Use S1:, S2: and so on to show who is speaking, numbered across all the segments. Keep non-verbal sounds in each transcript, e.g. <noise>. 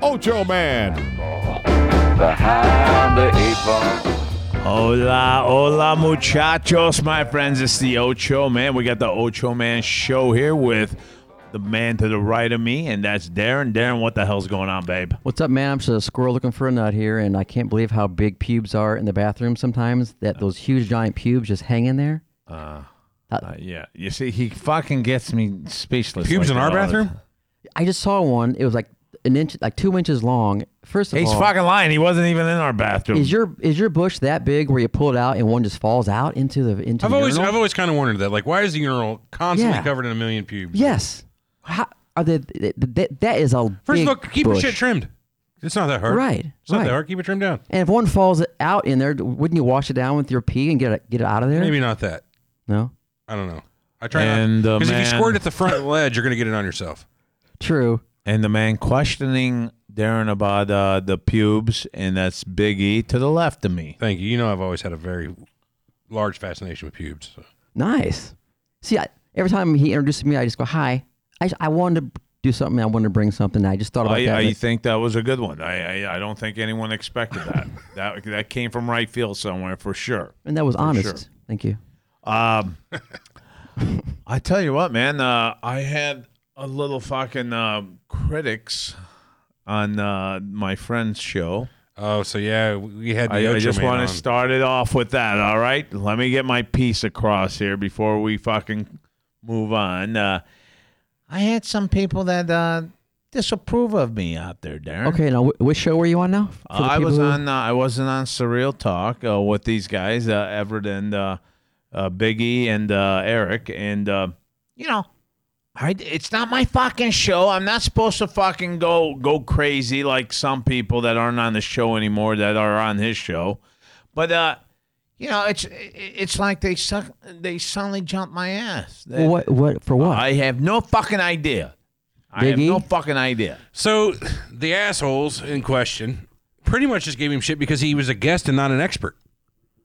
S1: Ocho Man.
S2: Behind the eight ball.
S3: Hola, hola, muchachos, my friends. It's the Ocho Man. We got the Ocho Man show here with the man to the right of me, and that's Darren. Darren, what the hell's going on, babe?
S4: What's up, man? I'm just a squirrel looking for a nut here, and I can't believe how big pubes are in the bathroom sometimes. That those huge giant pubes just hang in there.
S3: Uh, yeah, you see, he fucking gets me speechless.
S5: Pubes
S3: like
S5: in our
S3: that all the
S5: bathroom?
S3: time.
S4: I just saw one. It was like an inch, like two inches long. First of
S3: He's
S4: all,
S3: fucking lying. He wasn't even in our bathroom.
S4: is your is your bush that big where you pull it out and one just falls out into the into
S5: I've
S4: the
S5: always
S4: urinal?
S5: I've always kind of wondered that. Like, why is the urinal constantly
S4: Yeah.
S5: covered in a million pubes?
S4: yes. How are they? th- th- th- that is a
S5: First of
S4: big
S5: all, keep
S4: bush.
S5: your shit trimmed. It's not that hard.
S4: Right,
S5: It's not
S4: right.
S5: that hard. Keep it trimmed down.
S4: And if one falls out in there, wouldn't you wash it down with your pee and get it get it out of there?
S5: Maybe not that.
S4: no.
S5: I don't know. I try
S3: And the
S5: because if you
S3: man-
S5: squirt at the front ledge, you're gonna get it on yourself.
S4: True.
S3: and the man questioning Darren about uh, the pubes, and that's Big E to the left of me.
S5: Thank you. You know I've always had a very large fascination with pubes. so.
S4: Nice. See, I, every time he introduces me, I just go hi. I, I wanted to do something. I wanted to bring something. I just thought about
S3: I,
S4: that.
S3: I
S4: but-
S3: think that was a good one. I, I, I don't think anyone expected <laughs> that. that that came from right field somewhere for sure.
S4: and that was honest.
S3: sure.
S4: Thank you.
S3: Um, <laughs> I tell you what, man. Uh, I had a little fucking uh, critics on uh, my friend's show.
S5: Oh, so yeah, we had. The
S3: I, I
S5: Ocho
S3: just
S5: Man
S3: want
S5: on.
S3: to start it off with that. All right, let me get my piece across here before we fucking move on. Uh, I had some people that uh, disapprove of me out there, Darren.
S4: Okay, now wh- which show were you on now? For the
S3: I was
S4: people who-
S3: on. Uh, I wasn't on Surreal Talk uh, with these guys, uh, Everett and uh, uh, Biggie and uh, Eric, and uh, you know, I, it's not my fucking show. I'm not supposed to fucking go go crazy like some people that aren't on the show anymore that are on his show. But uh, you know, it's it's like they suck. They suddenly jump my ass.
S4: Well, what? What for? What?
S3: I have no fucking idea. I have
S4: Biggie?
S3: no fucking idea.
S5: So the assholes in question pretty much just gave him shit because he was a guest and not an expert.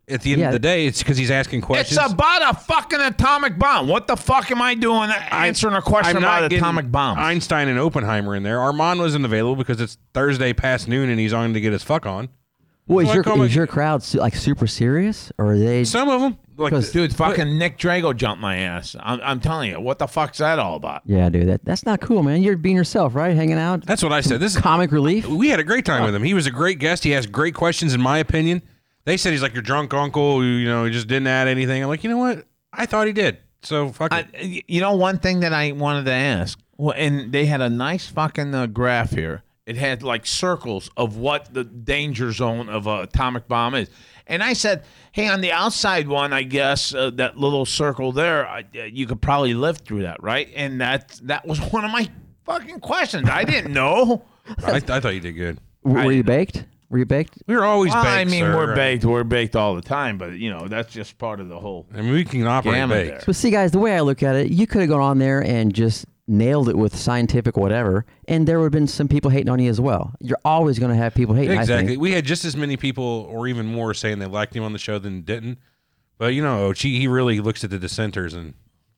S5: At the end
S4: Yeah.
S5: of the day, it's because he's asking
S3: It's
S5: questions.
S3: about a fucking atomic bomb. What the fuck am I doing answering a question
S5: I'm not
S3: about
S5: getting
S3: atomic bombs?
S5: Einstein and Oppenheimer in there. Armand wasn't available because it's Thursday past noon and he's on to get his fuck on.
S4: well, is
S5: Well, I
S4: your
S5: come
S4: is
S5: ag-
S4: your crowd su- like super serious, or are they?
S5: Some of them, like
S4: Because-
S3: Dude, fucking Nick Drago jumped my ass. I'm, I'm telling you, what the fuck's that all about?
S4: yeah, dude, that that's not cool, man. You're being yourself, right? Hanging out,
S5: that's what I said. This is,
S4: comic relief.
S5: we had a great time with him. He was a great guest. He asked great questions, in my opinion. They said he's like your drunk uncle. who, You know, he just didn't add anything. I'm like, you know what? I thought he did. So fuck
S3: I,
S5: it.
S3: y- you know, one thing that I wanted to ask, well, and they had a nice fucking uh, graph here. It had like circles of what the danger zone of an atomic bomb is. And I said, hey, on the outside one, I guess uh, that little circle there, I, uh, you could probably live through that, right? And that that was <laughs> one of my fucking questions. I didn't know.
S5: I, I thought you did good.
S4: W- were you baked? Were you baked?
S5: We were always
S3: Well,
S5: baked.
S3: I mean,
S5: sir.
S3: we're baked. We're baked all the time, but you know that's just part of the whole.
S5: I mean, we can operate
S3: Gamma
S5: baked.
S3: there.
S4: But see, guys, the way I look at it, you could have gone on there and just nailed it with scientific whatever, and there would have been some people hating on you as well. You're always going to have people hating. I
S5: Exactly.
S4: think.
S5: We had just as many people, or even more, saying they liked him on the show than didn't. But you know, Ochi, he really looks at the dissenters and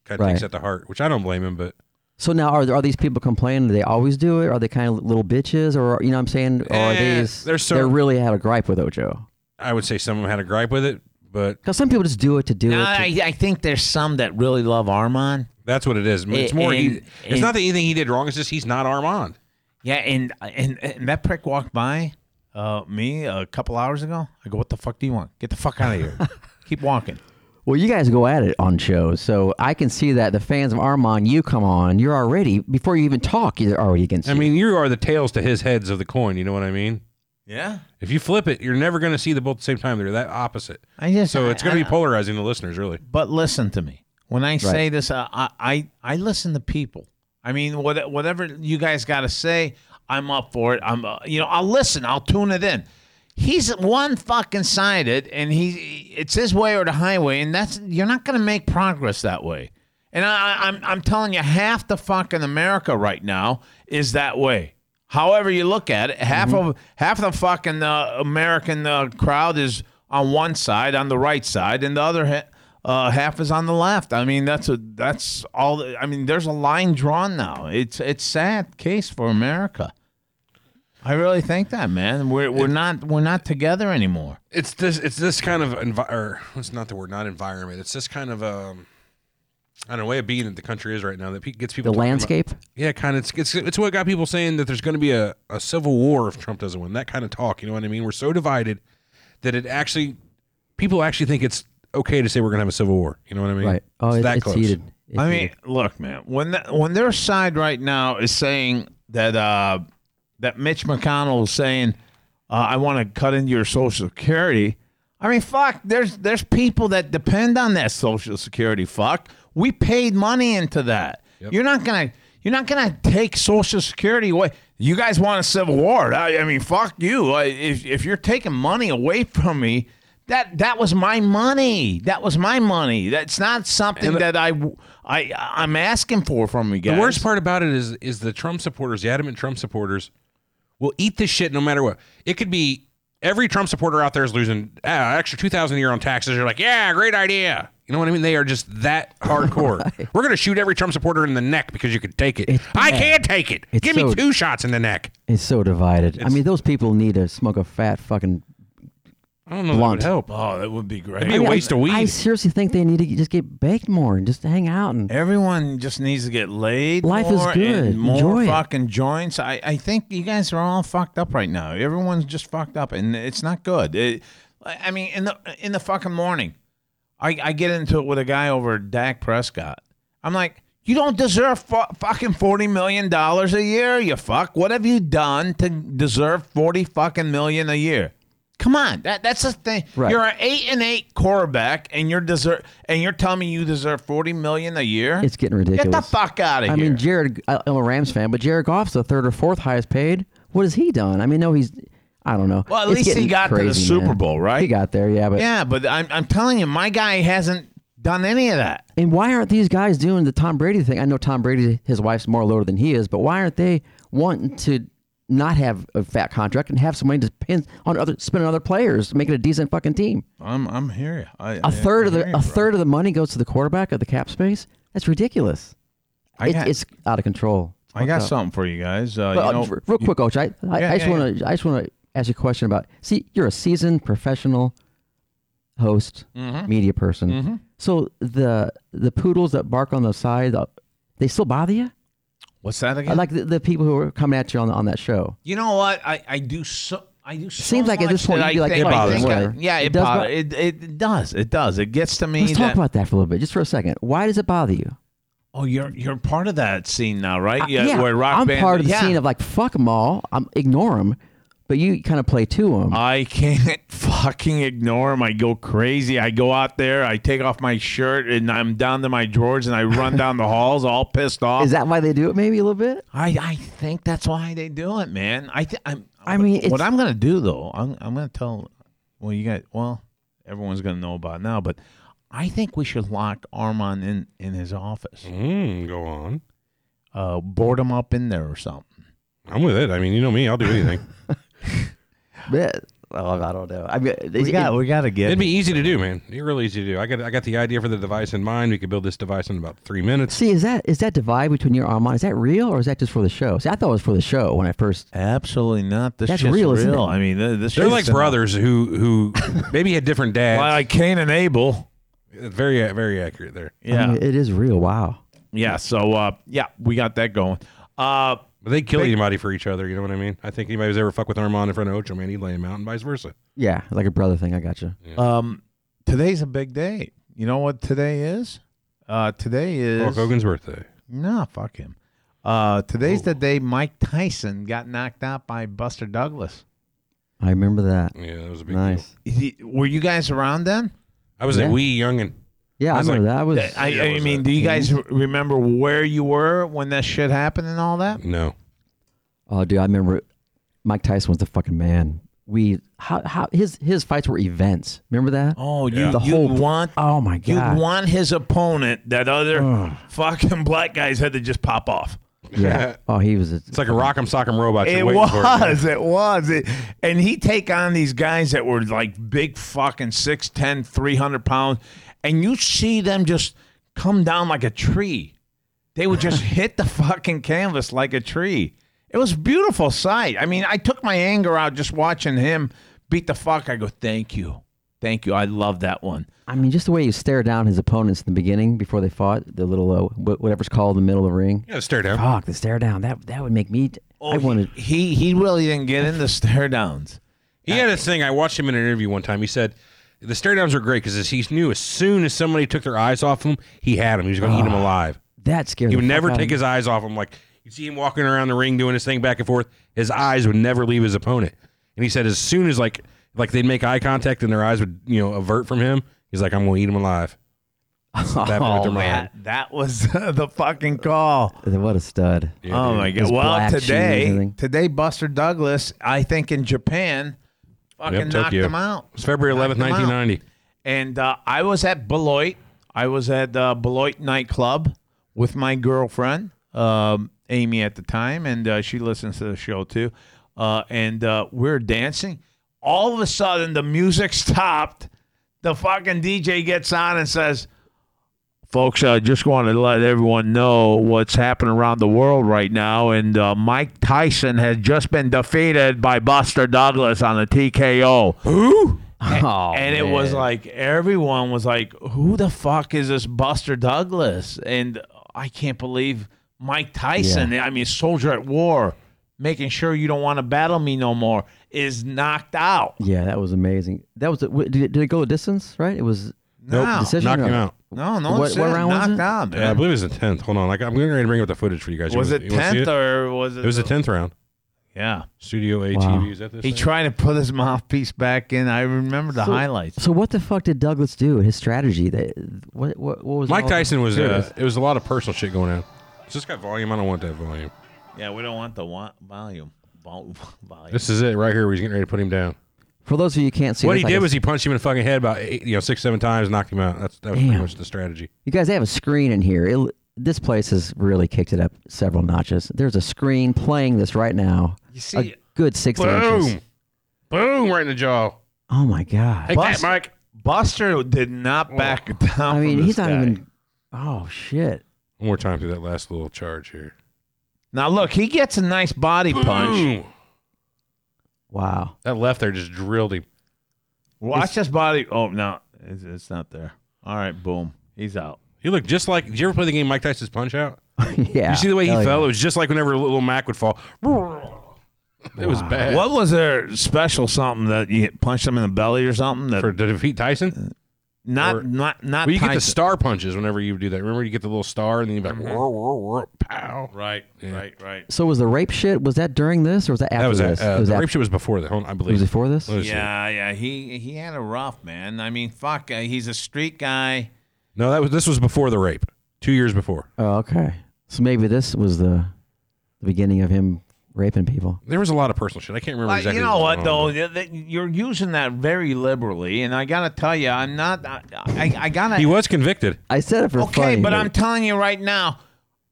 S5: kind of takes
S4: Right.
S5: that to heart, which I don't blame him. But
S4: So now, are there, are these people complaining? Do they always do it? Are they kind of little bitches, or you know, what I'm saying, or are
S5: Eh,
S4: these?
S5: they're so-
S4: they really had a gripe with Ojo
S5: I would say some of them had a gripe with it. But
S4: because some people just do it to do it. to-
S3: I think there's some that really love Armand.
S5: that's what it is. It's
S3: And-
S5: more. he,
S3: and-
S5: it's not that anything he did wrong. It's just he's not Armand.
S3: Yeah, and and, and that prick walked by uh, me a couple hours ago. I go, "What the fuck do you want? Get the fuck out
S5: <laughs>
S3: of here! Keep walking."
S4: well, you guys go at it on shows, so I can see that the fans of Armand, you come on, you're already before you even talk, you're already against.
S5: I mean, you are the tails to his heads of the coin. You know what I mean?
S3: Yeah,
S5: If you flip it, you're never going to see the both at the same time. They're that opposite.
S3: I just
S5: So
S3: I-
S5: it's going to
S3: I-
S5: be polarizing to listeners, really.
S3: But listen to me. When I say this, uh, I, I I listen to people. I mean, what, whatever you guys got to say, I'm up for it. I'm, uh, you know, I'll listen. I'll tune it in. He's one fucking sided, and he it's his way or the highway, and that's you're not going to make progress that way. And I, I- I'm I'm telling you, half the fucking America right now is that way. However you look at it, half of half the fucking uh, American uh, crowd is on one side, on the right side, and the other ha- uh, half is on the left. I mean, that's a that's all. the- I mean, there's a line drawn now. It's it's sad case for America. I really think that, man. We're we're not we're not together anymore.
S5: it's this it's this kind of envi- or it's not the word not environment it's this kind of um I don't know way of being that the country is right now that pe- gets people
S4: The
S5: talking about-
S4: landscape.
S5: yeah, kind of. It's, it's it's what got people saying that there's going to be a, a civil war if Trump doesn't win. That kind of talk, you know what I mean? We're so divided that it actually people actually think it's okay to say we're going to have a civil war. You know what I mean?
S4: Right. Oh, it,
S5: that
S4: it's
S5: close.
S4: heated. It's
S3: I mean,
S4: heated.
S3: look, man. When that, when their side right now is saying that uh, that Mitch McConnell is saying, uh, "I want to cut into your Social Security," I mean, fuck. There's there's people that depend on that Social Security. Fuck, we paid money into that. You're not gonna you're not gonna take Social Security away. You guys want a civil war? I, I mean, fuck you. I, if if you're taking money away from me. That that was my money. That was my money. That's not something that I I I'm asking for from you guys.
S5: The worst part about it is is the Trump supporters, the adamant Trump supporters, will eat this shit no matter what. It could be every Trump supporter out there is losing uh, extra two thousand a year on taxes. You're like, yeah, great idea. You know what I mean? They are just
S4: <laughs>
S5: that hardcore. We're gonna shoot every Trump supporter in the neck because you can take it. I can't take it.
S4: It's
S5: Give me
S4: so-
S5: two shots in the neck.
S4: it's so divided. I mean, those people need to smoke a fat fucking.
S5: I don't know. That would
S4: Blunt.
S5: help.
S3: Oh, that would be great.
S5: It'd be a waste of weed.
S4: I seriously think they need to just get baked more and just hang out and
S3: Everyone just needs to get laid.
S4: Life is
S3: more
S4: good.
S3: And more
S4: Enjoy it.
S3: fucking joints. I, I think you guys are all fucked up right now. Everyone's just fucked up, and it's not good. It, I I mean, in the in the fucking morning, I, I get into it with a guy over at Dak Prescott. I'm like, you don't deserve fu- fucking forty million dollars a year. You fuck. What have you done to deserve forty fucking million a year? Come on, that that's the thing.
S4: Right.
S3: You're an eight and eight quarterback, and you're deserve, and you're telling me you deserve forty million a year.
S4: It's getting
S3: Get the
S4: ridiculous.
S3: fuck out of
S4: I
S3: here.
S4: mean, Jared. I- I'm a Rams fan, but Jared Goff's the third or fourth highest paid. What has he done? I mean, no, he's. I don't know.
S3: Well, at
S4: It's
S3: least he
S4: getting
S3: got to the
S4: crazy,
S3: Super
S4: man.
S3: Bowl, right?
S4: He got there, yeah. But
S3: yeah, but I'm I'm telling you, my guy hasn't done any of that.
S4: and why aren't these guys doing the Tom Brady thing? I know Tom Brady, his wife's more loaded than he is, but why aren't they wanting to not have a fat contract and have some money to spend on other spend on other players to make it a decent fucking team?
S3: I'm I'm here. I,
S4: A third of the a third of the money goes to the quarterback of the cap space. That's ridiculous.
S3: I
S4: It's-
S3: got,
S4: it's out of control. It's
S3: I got
S4: fucked up.
S3: something for you guys. Uh,
S4: But,
S3: you
S4: uh,
S3: know,
S4: r- real quick, Coach. I, I,
S3: Yeah,
S4: I
S3: yeah,
S4: just want to I just want to ask you a question about. See, you're a seasoned professional host,
S3: Mm-hmm.
S4: media person. So the the poodles that bark on the side, uh, they still bother you.
S3: what's that
S4: I
S3: again?
S4: like the, the people who are coming at you on on that show.
S3: You know what? I, I do so. I do so
S4: Seems like at
S3: much
S4: this point
S3: that I
S4: you'd be like,
S3: think-
S4: "Fuck
S3: I
S4: this,
S3: think I-
S4: whatever."
S3: yeah, it,
S4: It does
S3: bother- it, it does. It does. It gets to me.
S4: Let's talk
S3: that,
S4: about that for a little bit, just for a second. Why does it bother you?
S3: oh, you're you're part of that scene now, right?
S4: I-
S3: where rock
S4: I'm
S3: band-
S4: part of the
S3: yeah.
S4: scene of like fuck them all. I'm ignore them, but you kind of play to them.
S3: I can't <laughs> fucking ignore him. I go crazy. I go out there. I take off my shirt and I'm down to my drawers and I run down the halls all pissed off.
S4: Is that why they do it? Maybe a little bit.
S3: I, I think that's why they do it, man. I th- I'm,
S4: I mean, it's-
S3: what I'm gonna do though, I'm I'm gonna tell. Well, you guys, well, everyone's gonna know about it now, but I think we should lock Armand in in his office,
S5: Mm, go on.
S3: uh, board him up in there or something.
S5: I'm with it. I mean, you know me. I'll do
S4: <laughs>
S5: anything.
S4: But, well, I don't know. I mean,
S3: Uh, We got we got to get.
S5: It'd be easy to do, man. It'd be real easy to do. I got I got the idea for the device in mind. We could build this device in about three minutes.
S4: See, is that is that divide between your Armand? Is that real or is that just for the show? See, I thought it was for the show when I first.
S3: Absolutely not. This
S4: That's
S3: shit's
S4: real, isn't it?
S3: I mean, th- this
S5: They're
S3: shit's
S5: like
S3: in-
S5: brothers who <laughs> who maybe had different dads.
S3: like Cain and Abel.
S5: very very accurate there.
S4: I
S3: Yeah,
S4: mean, it is real. Wow.
S3: yeah. So, uh, yeah, we got that going. Uh,
S5: But they kill anybody for each other. You know what I mean? I think anybody who's ever fucked with Armand in front of Ocho, man, he'd lay him out, and vice versa.
S4: Yeah, like a brother thing. I got you.
S3: um, today's a big day. You know what today is? Uh, today is
S5: Hulk Hogan's birthday.
S3: Nah, fuck him. Uh, today's the day Mike Tyson got knocked out by Buster Douglas.
S4: I remember that.
S5: Yeah, that was a big deal.
S4: Nice.
S3: He- Were you guys around then?
S5: I was
S4: Yeah.
S5: a wee youngin.
S4: Yeah, I,
S5: was
S4: remember
S5: like-
S4: that. I was.
S3: I,
S5: Yeah,
S3: I
S5: was
S3: mean,
S5: it?
S3: do you guys remember where you were when that shit happened and all that?
S5: No,
S4: Oh, dude, I remember Mike Tyson was the fucking man. We how how his his fights were events. Remember that?
S3: Oh, you
S4: The
S3: you
S4: whole-
S3: want
S4: Oh my
S3: you
S4: god.
S3: want his opponent that other fucking black guy's had to just pop off.
S4: yeah. Oh, he was. A,
S5: It's like a rock'em sock'em robot. You're
S3: It
S5: waiting for
S3: was, it was, it and he take on these guys that were like big fucking 6'10", 300 pounds, and you see them just come down like a tree. They
S5: <laughs>
S3: would just hit the fucking canvas like a tree. It was a beautiful sight. I mean, I took my anger out just watching him beat the fuck. I go, thank you, thank you. I love that one.
S4: I mean, just the way you stare down his opponents in the beginning before they fought the little uh, wh- whatever's called the middle of the ring.
S5: Yeah, stare down.
S4: Fuck the stare down. That that would make me.
S3: Oh,
S4: I
S3: he-
S4: wanted.
S3: He he really didn't get into stare downs.
S5: He had this thing. I watched him in an interview one time. He said the stare downs are great because he knew as soon as somebody took their eyes off him, he had him. He was going to eat him alive.
S4: That scared.
S5: He would
S4: the fuck
S5: never
S4: out of
S5: take
S4: me.
S5: his eyes off him. Like you see him walking around the ring doing his thing back and forth. His eyes would never leave his opponent. And he said as soon as like like they'd make eye contact and their eyes would you know avert from him, he's like, I'm going to eat him alive. That
S4: Oh,
S5: broke their mind.
S3: That, that was <laughs> the fucking call.
S4: <laughs> What a stud.
S3: Oh my god!
S4: His
S3: Well,
S4: black shoes and
S3: today,
S4: everything.
S3: today Buster Douglas, I think in Japan, fucking
S5: Yep,
S3: knocked
S5: Tokyo.
S3: him out.
S5: It was February 11th,
S3: Knocked him out.
S5: 1990.
S3: And uh, I was at Beloit. I was at uh, Beloit nightclub with my girlfriend, um, Amy, at the time, and uh, she listens to the show too. Uh, and uh, we are dancing. All of a sudden, the music stopped. The fucking DJ gets on and says, Folks, I just want to let everyone know what's happening around the world right now. And uh, Mike Tyson has just been defeated by Buster Douglas on a TKO.
S4: <laughs> Oh,
S3: and it was
S4: man.
S3: like everyone was like, "Who the fuck is this Buster Douglas?" And I can't believe Mike Tyson. I mean, soldier at war, making sure you don't want to battle me no more, is knocked out.
S4: Yeah, that was amazing. That was. w- Did it, did it go a distance? Right. It was.
S3: Nope.
S5: Nope.
S4: Decision
S5: Knocked
S4: or-
S5: him out.
S3: No, no,
S4: What-
S3: what,
S4: what round was
S3: knocked
S4: it?
S3: out.
S5: Yeah, I
S3: Man.
S5: believe it was the 10th. Hold on. Like, I'm going to bring up the footage for you guys. You
S3: was
S5: wanna-
S3: it
S5: you wanna see
S3: tenth or was it?
S5: It was the 10th round.
S3: Yeah,
S5: Studio ATV.
S4: Wow.
S5: Is that this?
S3: he
S5: thing?
S3: tried to put his mouthpiece back in. I remember the
S4: So-
S3: highlights.
S4: So what the fuck did Douglas do? His strategy. That what what, what was
S5: Mike
S4: all the-
S5: Tyson was.
S4: Here it
S5: Uh,
S4: is.
S5: it was a lot of personal shit going on. Is this got volume? I don't want that volume.
S3: Yeah, we don't want the wa- volume. Vol- <laughs> volume.
S5: This is it right here. Where he's getting ready to put him down.
S4: For those of you who can't see,
S5: what
S4: that's
S5: he
S4: like
S5: did
S4: a-
S5: was he punched him in the fucking head about eight, you know six seven times, knocked him out. That's that was pretty
S4: Damn.
S5: much the strategy.
S4: You guys, they have a screen in here. It, this place has really kicked it up several notches. There's a screen playing this right now. You
S3: see
S4: a
S3: it.
S4: good six inches.
S5: boom, right in the jaw.
S4: Oh my god!
S3: Bust-
S5: Mike.
S3: Buster did not back down.
S4: I
S3: from
S4: mean,
S3: this
S4: he's not
S3: guy.
S4: even. Oh shit!
S5: One more time through that last little charge here.
S3: Now look, he gets a nice body punch.
S5: Boom.
S4: Wow. <laughs>
S5: That left there just drilled him. Hmm.
S3: Watch this body. Oh no, it's, it's not there. All right, boom, he's out.
S5: He looked just like. Did you ever play the game Mike Tyson's Punch Out?
S4: yeah.
S5: You see the way he
S4: Hell
S5: fell? It
S4: yeah.
S5: was just like whenever little Mac would fall. It was bad.
S3: What was their special something that you punched him in the belly or something? That
S5: For to defeat
S4: Uh,
S5: Tyson,
S3: not
S5: or-
S3: not not.
S5: well, you get the
S3: Tyson.
S5: star punches whenever you do that. Remember, you get the little star, and then you're like,
S4: Mm-hmm.
S5: "Whoa, whoa, whoa, pow. Right, right, right.
S4: So was the rape shit? Was that during this or was that after
S5: That was
S4: this?
S5: uh,
S4: it was
S5: the
S4: after-
S5: rape shit was before that. Hold on, I
S4: it was
S5: believe.
S4: before this.
S5: Let me see.
S3: Yeah, yeah. He he had a rough man. I mean, fuck. Uh, he's a street guy.
S5: No, that was this was before the rape. Two years before.
S4: Oh, okay. So maybe this was the, the beginning of him raping people.
S5: There was a lot of personal shit. I can't remember
S3: Like,
S5: exactly.
S3: Uh, you know
S5: was going
S3: what though?
S5: on.
S3: Th- th- You're using that very liberally, and I gotta tell you, I'm not. I, I, I gotta.
S5: He was convicted.
S4: I said it for
S3: okay,
S4: funny,
S3: but I'm Uh, telling you right now.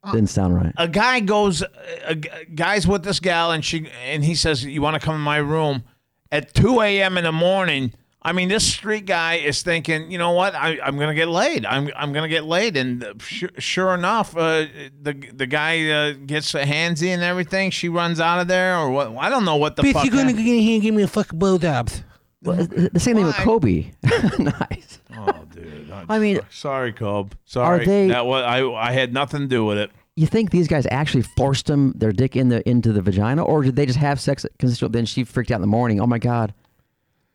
S4: it didn't sound right.
S3: a guy goes, a, a guy's with this gal, and she and he says, "You want to come in my room?" At 2 a.m. in the morning, I mean, this street guy is thinking, you know what? I, I'm gonna get laid. I'm I'm gonna get laid, and uh, su sure enough, uh, the the guy uh, gets handsy and everything. She runs out of there, or what? I don't know what the fuck. happened.
S5: in here and give me a fucking blowjob.
S4: Well, it's the same thing with
S3: Why?
S4: Kobe. <laughs> nice.
S3: oh, dude. I'm
S4: I mean,
S3: so- sorry, Cobb. Sorry,
S4: they-
S3: that was I. I had nothing to do with it.
S4: you think these guys actually forced him their dick in the into the vagina, or did they just have sex consensual? Then she freaked out in the morning. Oh my god,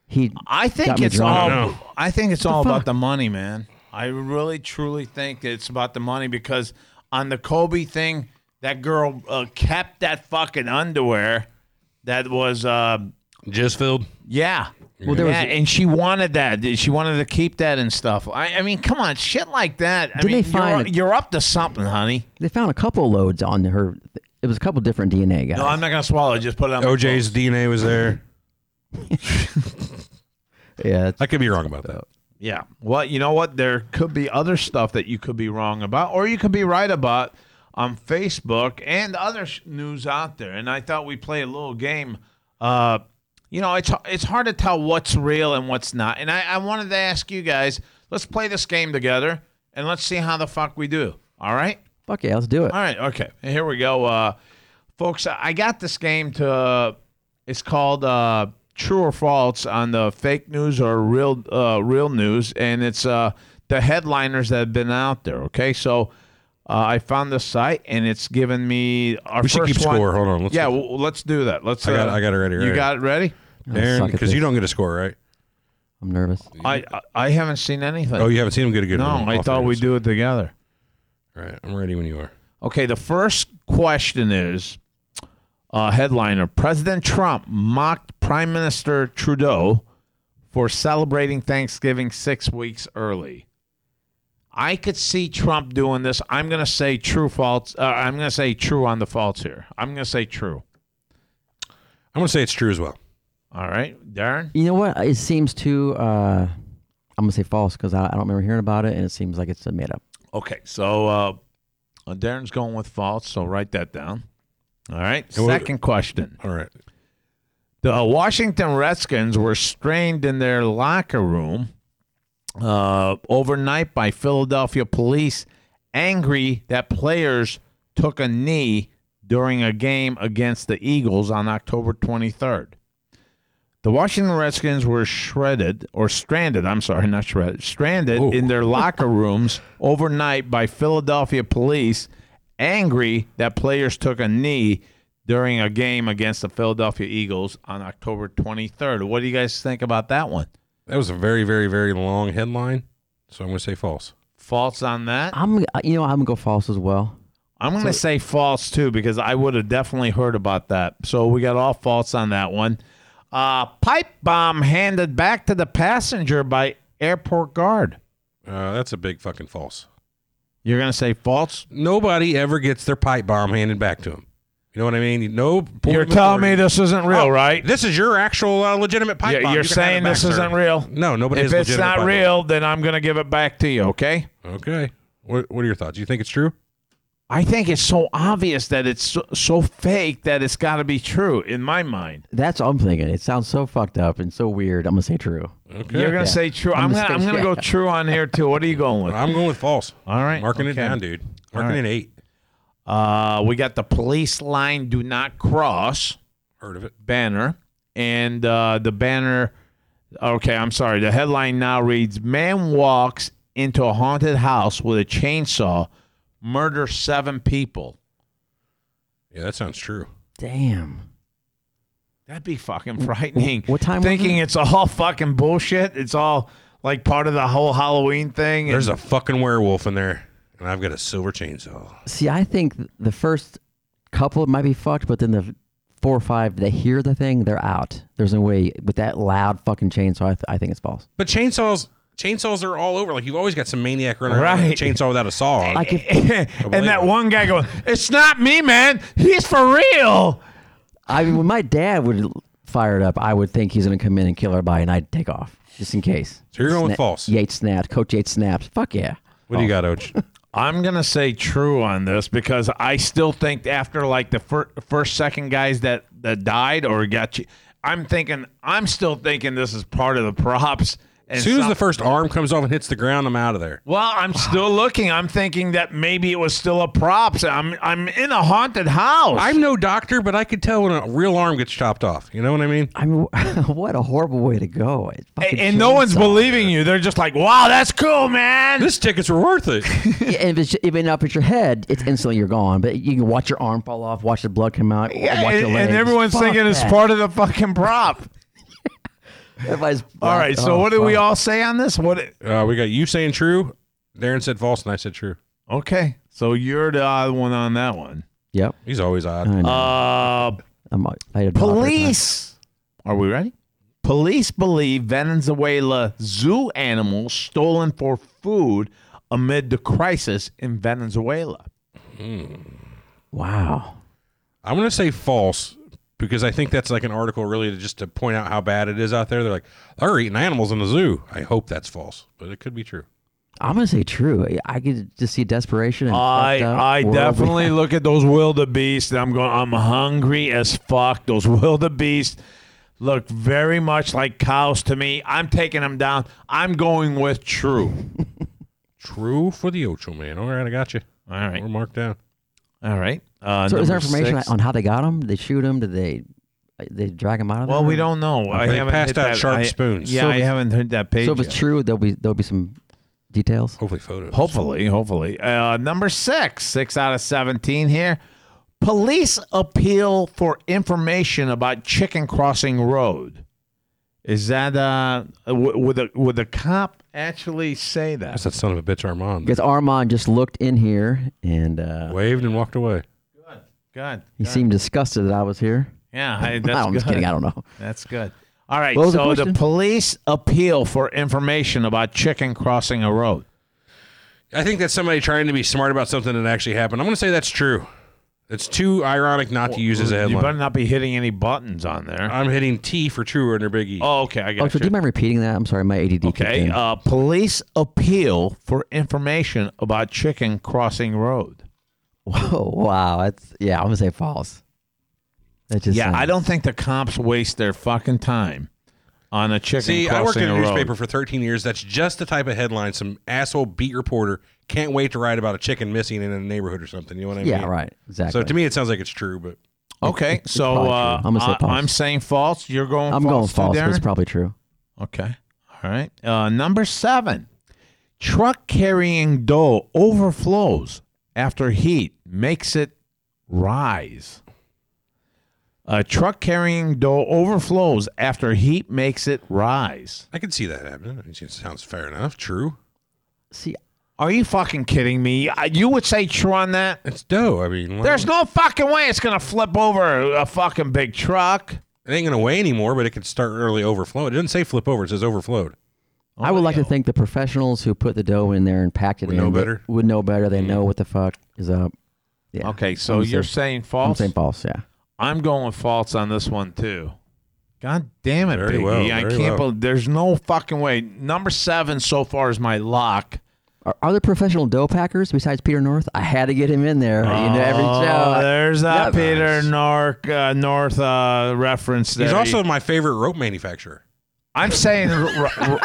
S4: he
S3: I
S4: Got
S3: think
S4: me
S3: it's
S4: drunk.
S3: all.
S5: I don't know.
S3: I think it's all
S4: the
S3: about
S4: fuck?
S3: the money, man. I really, truly think it's about the money because on the Kobe thing, that girl uh, kept that fucking underwear. That was, uh,
S5: Jizz filled.
S3: yeah,
S4: well there was.
S3: yeah, and she wanted that. She wanted to keep that and stuff. I, I mean, come on, shit like that. I
S4: Did they
S3: mean,
S4: find
S3: you're,
S4: it?
S3: you're up to something, honey.
S4: They found a couple loads on her it was a couple different DNA guys.
S3: No, I'm not gonna swallow. it. Just put it on. my
S5: OJ's
S3: phone.
S5: DNA was there.
S4: yeah, it's-
S5: I could be wrong about that.
S3: Yeah. Well, you know what? There could be other stuff that you could be wrong about, or you could be right about on Facebook and other sh- news out there. And I thought we play a little game. Uh, you know, it's it's hard to tell what's real and what's not. And I, I wanted to ask you guys, let's play this game together and let's see how the fuck we do. All right.
S4: fuck yeah, let's do it.
S3: All right, okay. Here we go. Uh, folks, I got this game to, it's called uh, True or False on the fake news or real uh, real news, and it's uh, the headliners that have been out there, okay? So uh, I found this site, and it's given me our
S5: We should
S3: first
S5: keep
S3: one-
S5: score. Hold on. Let's
S3: yeah, well, let's do that. Let's.
S5: I got-
S3: uh,
S5: I got it ready,
S3: You
S5: ready.
S3: got it ready?
S5: Aaron,
S4: Suck at
S5: because you
S4: this.
S5: don't get a score, right?
S4: I'm nervous.
S3: I I I haven't seen anything.
S5: Oh, you haven't seen him get a good
S3: no,
S5: one.
S3: I
S5: Off
S3: thought
S5: yours.
S3: we do it together.
S5: All right, I'm ready when you are.
S3: Okay, the first question is uh, headliner President Trump mocked Prime Minister Trudeau for celebrating Thanksgiving six weeks early. I could see Trump doing this. I'm going to say true, false. Uh, I'm going to say true on the false here. I'm going to say true.
S5: I'm going to say it's true as well.
S3: All right, Darren?
S4: You know what? It seems too. Uh, I'm gonna say false because I, I don't remember hearing about it, and it seems like it's a made up.
S3: Okay, so uh, uh, Darren's going with false, so write that down. All right,
S5: And what-
S3: second question.
S5: All right.
S3: The Washington Redskins were strained in their locker room uh, overnight by Philadelphia police, angry that players took a knee during a game against the Eagles on October 23rd. The Washington Redskins were shredded or stranded, I'm sorry, not shredded, stranded
S5: Ooh.
S3: in their locker rooms overnight by Philadelphia police, angry that players took a knee during a game against the Philadelphia Eagles on October 23rd. What do you guys think about that one?
S5: That was a very, very, very long headline. So I'm going to say false.
S3: False on that?
S4: I'm. uh, You know, I'm gonna go false as well.
S3: I'm going to say false too because I would have definitely heard about that. So we got all false on that one. Uh, pipe bomb handed back to the passenger by airport guard.
S5: Uh, that's a big fucking false.
S3: You're going to say false?
S5: Nobody ever gets their pipe bomb handed back to them. You know what I mean? No.
S3: You're
S5: Portland
S3: telling me
S5: authority-
S3: this isn't real,
S5: Oh,
S3: right?
S5: This is your actual uh, legitimate pipe
S3: Yeah,
S5: bomb.
S3: you're
S5: You can have it
S3: saying
S5: back,
S3: this
S5: sir.
S3: isn't real?
S5: No, nobody
S3: if
S5: has
S3: it's
S5: legitimate
S3: not
S5: pipe
S3: real, then I'm going to give it back to you, okay?
S5: bomb. Okay. What, what are your thoughts? You think it's true?
S3: I think it's so obvious that it's so, so fake that it's got to be true in my mind.
S4: That's all I'm thinking. It sounds so fucked up and so weird. I'm gonna say true.
S5: Okay.
S3: You're going to
S4: Yeah.
S3: say true. I'm,
S4: I'm
S3: going to
S4: gonna
S3: I'm
S4: say-
S3: going to go true on here too. What are you
S5: <laughs>
S3: going with?
S5: I'm going with false.
S3: All right.
S5: Marking it
S3: okay.
S5: down, dude. Marking
S3: right.
S5: it eight.
S3: Uh, we got the police line do not cross
S5: Heard of it.
S3: banner, and uh, the banner. Okay, I'm sorry. The headline now reads: Man walks into a haunted house with a chainsaw, murder seven people.
S5: Yeah, that sounds true.
S4: Damn.
S3: That'd be fucking frightening.
S4: What time was
S3: Thinking it's all fucking bullshit. It's all like part of the whole Halloween thing. and-
S5: There's a fucking werewolf in there, and I've got a silver chainsaw.
S4: See, I think th- the first couple might be fucked, but then the four or five that hear the thing, they're out. There's no way with that loud fucking chainsaw. I, th- I think it's false.
S5: But chainsaws, chainsaws are all over. Like you've always got some maniac running around
S3: Right.
S5: with a chainsaw without a saw. On.
S4: Like
S3: <laughs>
S4: if
S3: and that one guy going, "It's not me, man. He's for real."
S4: I mean, when my dad would l- fire it up, I would think he's gonna come in and kill everybody, and I'd take off just in case.
S5: So you're going with
S4: Sna-
S5: false.
S4: Yates snapped. Coach Yates snaps. Fuck yeah.
S5: What do you got,
S3: <laughs>
S5: Oach?
S3: I'm gonna say true on this because I still think after like the fir- first second guys that that died or got you, I'm thinking I'm still thinking this is part of the props. And
S5: As soon as
S3: some-
S5: the first arm comes off and hits the ground, I'm out of there.
S3: well, I'm still looking. I'm thinking that maybe it was still a props. I'm I'm in a haunted house.
S5: I'm no doctor, but I could tell when a real arm gets chopped off. You know what I mean?
S4: I mean, <laughs> what a horrible way to go. It's
S3: and,
S4: fucking
S3: and no one's
S4: chainsaw.
S3: believing you. They're just like, "Wow, that's cool, man."
S5: This tickets were worth it.
S4: Yeah, and if it's even up at your head, it's instantly you're gone. But you can watch your arm fall off, watch the blood come out,
S3: Yeah,
S4: watch
S3: and,
S4: your
S3: and
S4: legs.
S3: everyone's
S4: Fuck
S3: thinking it's
S4: that.
S3: part of the fucking prop.
S4: Everybody's
S3: All right, so
S4: oh,
S3: what did we
S4: fuck.
S3: all say on this? What?
S5: Uh, we got you saying true. Darren said false, and I said true.
S3: Okay, so you're the odd one on that one.
S4: Yep.
S5: He's always odd.
S3: Mm.
S4: I know.
S3: Uh,
S4: I'm, I had a doctor at the time.
S3: police. Are we ready? Police believe Venezuela zoo animals stolen for food amid the crisis in Venezuela.
S4: Wow.
S5: I'm going to say false because I think that's like an article really to just to point out how bad it is out there. They're like, they're eating animals in the zoo. I hope that's false, but it could be true.
S4: I'm gonna say true. I could just see desperation. And
S3: I
S4: fucked up
S3: I
S4: world.
S3: definitely look at those wildebeest and I'm going I'm hungry as fuck. Those wildebeest look very much like cows to me. I'm taking them down. I'm going with true.
S5: True for the Ocho Man. All right, I got you.
S3: All right.
S5: We're marked down.
S3: All right. Uh,
S4: So is there
S3: number
S4: information
S3: six.
S4: on how they got him? Did they shoot him? Did they uh, they drag him out of there?
S3: Well, we don't know. I
S5: They
S3: haven't
S5: passed
S3: hit
S5: out
S3: that-
S5: sharp
S3: I-
S5: spoons.
S3: Yeah,
S5: So
S3: I haven't heard that page.
S4: So if it's
S3: yet.
S4: true, there'll be there'll be some details.
S5: Hopefully, photos.
S3: Hopefully, hopefully. Uh, number six, six out of 17 here. Police appeal for information about chicken crossing road. Is that, uh, w- would, the, would the cop actually say
S5: That's
S3: that?
S5: that son of a bitch Armand.
S4: Because Armand just looked in here and uh,
S5: Waved and walked away.
S3: Good.
S4: he seemed disgusted that I was here. <laughs>
S3: Yeah, I, that's
S4: I'm
S3: good.
S4: just kidding. I don't know.
S3: That's good. All right.
S4: What was the
S3: so the
S4: question?
S3: police appeal for information about chicken crossing a road.
S5: I think that's somebody trying to be smart about something that actually happened. I'm going to say that's true. It's too ironic not to use as a
S3: You
S5: headline.
S3: better not be hitting any buttons on there.
S5: I'm hitting T for true under Big E.
S3: Oh, okay. I got
S4: Oh, so do you mind repeating that? I'm sorry, my ADD. kicked
S3: Okay.
S4: in.
S3: Uh, police appeal for information about chicken crossing road.
S4: <laughs> Whoa, wow. That's yeah. I'm gonna say false. That just
S3: Yeah,
S4: sounds-
S3: I don't think the cops waste their fucking time on a chicken
S5: See,
S3: crossing
S5: I worked in a
S3: road.
S5: newspaper for 13 years. That's just the type of headline some asshole beat reporter can't wait to write about a chicken missing in a neighborhood or something. You know what I mean?
S4: Yeah, right. Exactly.
S5: So to me, it sounds like it's true, but
S3: Okay, so
S4: probably
S3: uh,
S4: true. I'm gonna say
S3: I-
S4: false.
S3: I'm saying false. You're going.
S4: I'm
S3: false
S4: going false.
S3: too,
S4: But it's
S3: Darren?
S4: probably true.
S3: Okay. All right. Uh, number seven truck carrying dough overflows after heat, makes it rise. A truck carrying dough overflows after heat makes it rise.
S5: I can see that happening. It just sounds fair enough. True.
S4: See,
S3: Are you fucking kidding me? Uh, You would say true on that?
S5: It's dough. I mean, why-
S3: There's no fucking way it's going to flip over a fucking big truck.
S5: it ain't going to weigh anymore, but it could start early overflow. It doesn't say flip over. It says overflowed.
S4: I would like to think the professionals who put the dough in there and packed it
S5: Would
S4: in
S5: know
S4: would-
S5: better.
S4: Would know better. They know what the fuck is up. Yeah.
S3: Okay, so
S4: I'm
S3: you're
S4: saying-
S3: saying
S4: I'm
S3: false?
S4: saying false. Yeah.
S3: I'm going with false on this one too. God damn it, E.
S5: Very
S3: Biggie!
S5: well,
S3: I
S5: very
S3: can't
S5: well.
S3: believe there's no fucking way. Number seven so far is my lock.
S4: Are, are there professional dough packers besides Peter North? I had to get him in there. you know, every
S3: Oh,
S4: show.
S3: there's that
S4: Yeah.
S3: Peter North uh, North uh, reference. There.
S5: He's also my favorite rope manufacturer.
S3: I'm saying r- r- r-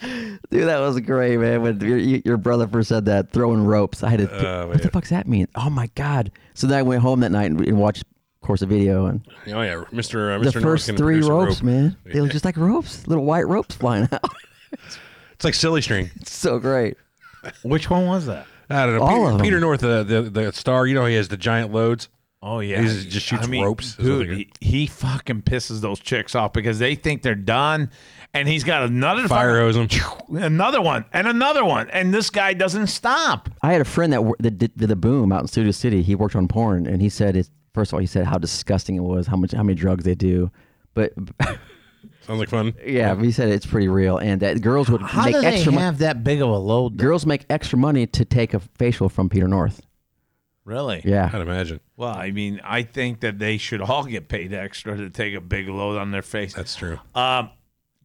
S4: Dude, that was great, man. When your, your brother first said that, throwing ropes. I had to. Th-
S5: Uh,
S4: what the
S5: man.
S4: fuck's that mean? Oh my god! So then I went home that night and, and watched, of course, a video and
S5: Oh yeah, Mr. Uh, Mr.
S4: the
S5: North
S4: first
S5: can
S4: three
S5: produce a
S4: ropes,
S5: rope.
S4: man. They look just like ropes, little white ropes flying <laughs> out.
S5: It's like silly string.
S4: it's so great.
S3: <laughs> which one was that?
S5: I don't know.
S4: All
S5: Peter,
S4: of 'em.
S5: Peter North, uh, the the star, you know, he has the giant loads.
S3: Oh yeah,
S5: He's- just shoots ropes. That's what
S3: Dude,
S5: they
S3: he, he fucking pisses those chicks off because they think they're done, and he's got another
S5: Fire hose him.
S3: fucking- another one, and another one, and this guy doesn't stop.
S4: I had a friend that, wor- that did, did the boom out in Studio City. He worked on porn, and he said, it's, first of all, he said how disgusting it was, how much, how many drugs they do. But <laughs>
S5: Sounds like fun.
S4: yeah, but he said it's pretty real, and that girls would make extra. money.
S3: that big of a load?
S4: girls make extra money to take a facial from Peter North.
S3: Really?
S4: Yeah,
S5: I'd imagine.
S3: Well, I mean, I think that they should all get paid extra to take a big load on their face.
S5: That's true.
S3: Um,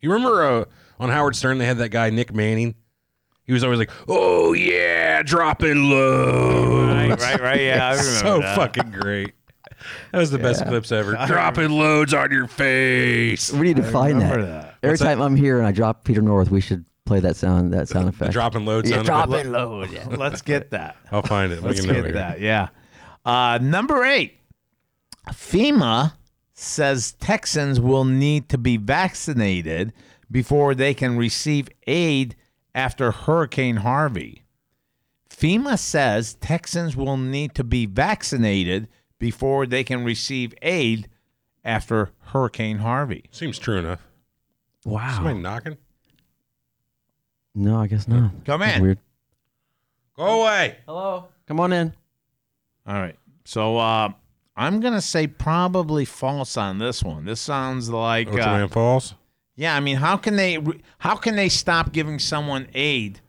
S5: You remember uh, on Howard Stern they had that guy Nick Manning. He was always like, "Oh yeah, dropping low."
S3: right, right, right. Yeah,
S5: <laughs>
S3: I remember
S5: so
S3: that.
S5: fucking great. That was the best clips ever. dropping loads on your face.
S4: <laughs> we need to find that.
S3: remember that.
S4: Every time I'm here and I drop Peter North, we should play that sound that sound effect.
S5: Dropping loads.
S4: yeah,
S5: on
S4: drop
S5: the-
S4: it low. Yeah.
S3: Let's get that.
S5: I'll find it.
S3: Let's
S5: Let me know
S3: get
S5: here.
S3: that. Yeah. Uh, number eight. FEMA says Texans will need to be vaccinated before they can receive aid after Hurricane Harvey. FEMA says Texans will need to be vaccinated before they can receive aid after Hurricane Harvey.
S5: Seems true enough.
S4: Wow.
S5: Somebody knocking.
S4: No, I guess not.
S3: Come
S4: That's
S3: in.
S4: Weird.
S5: Go away.
S4: Hello. Come on in.
S3: All right. So uh, I'm going to say probably false on this one. This sounds like.
S5: Ocho
S3: uh,
S5: Man Falls.
S3: Yeah, I mean, how can they how can they stop giving someone aid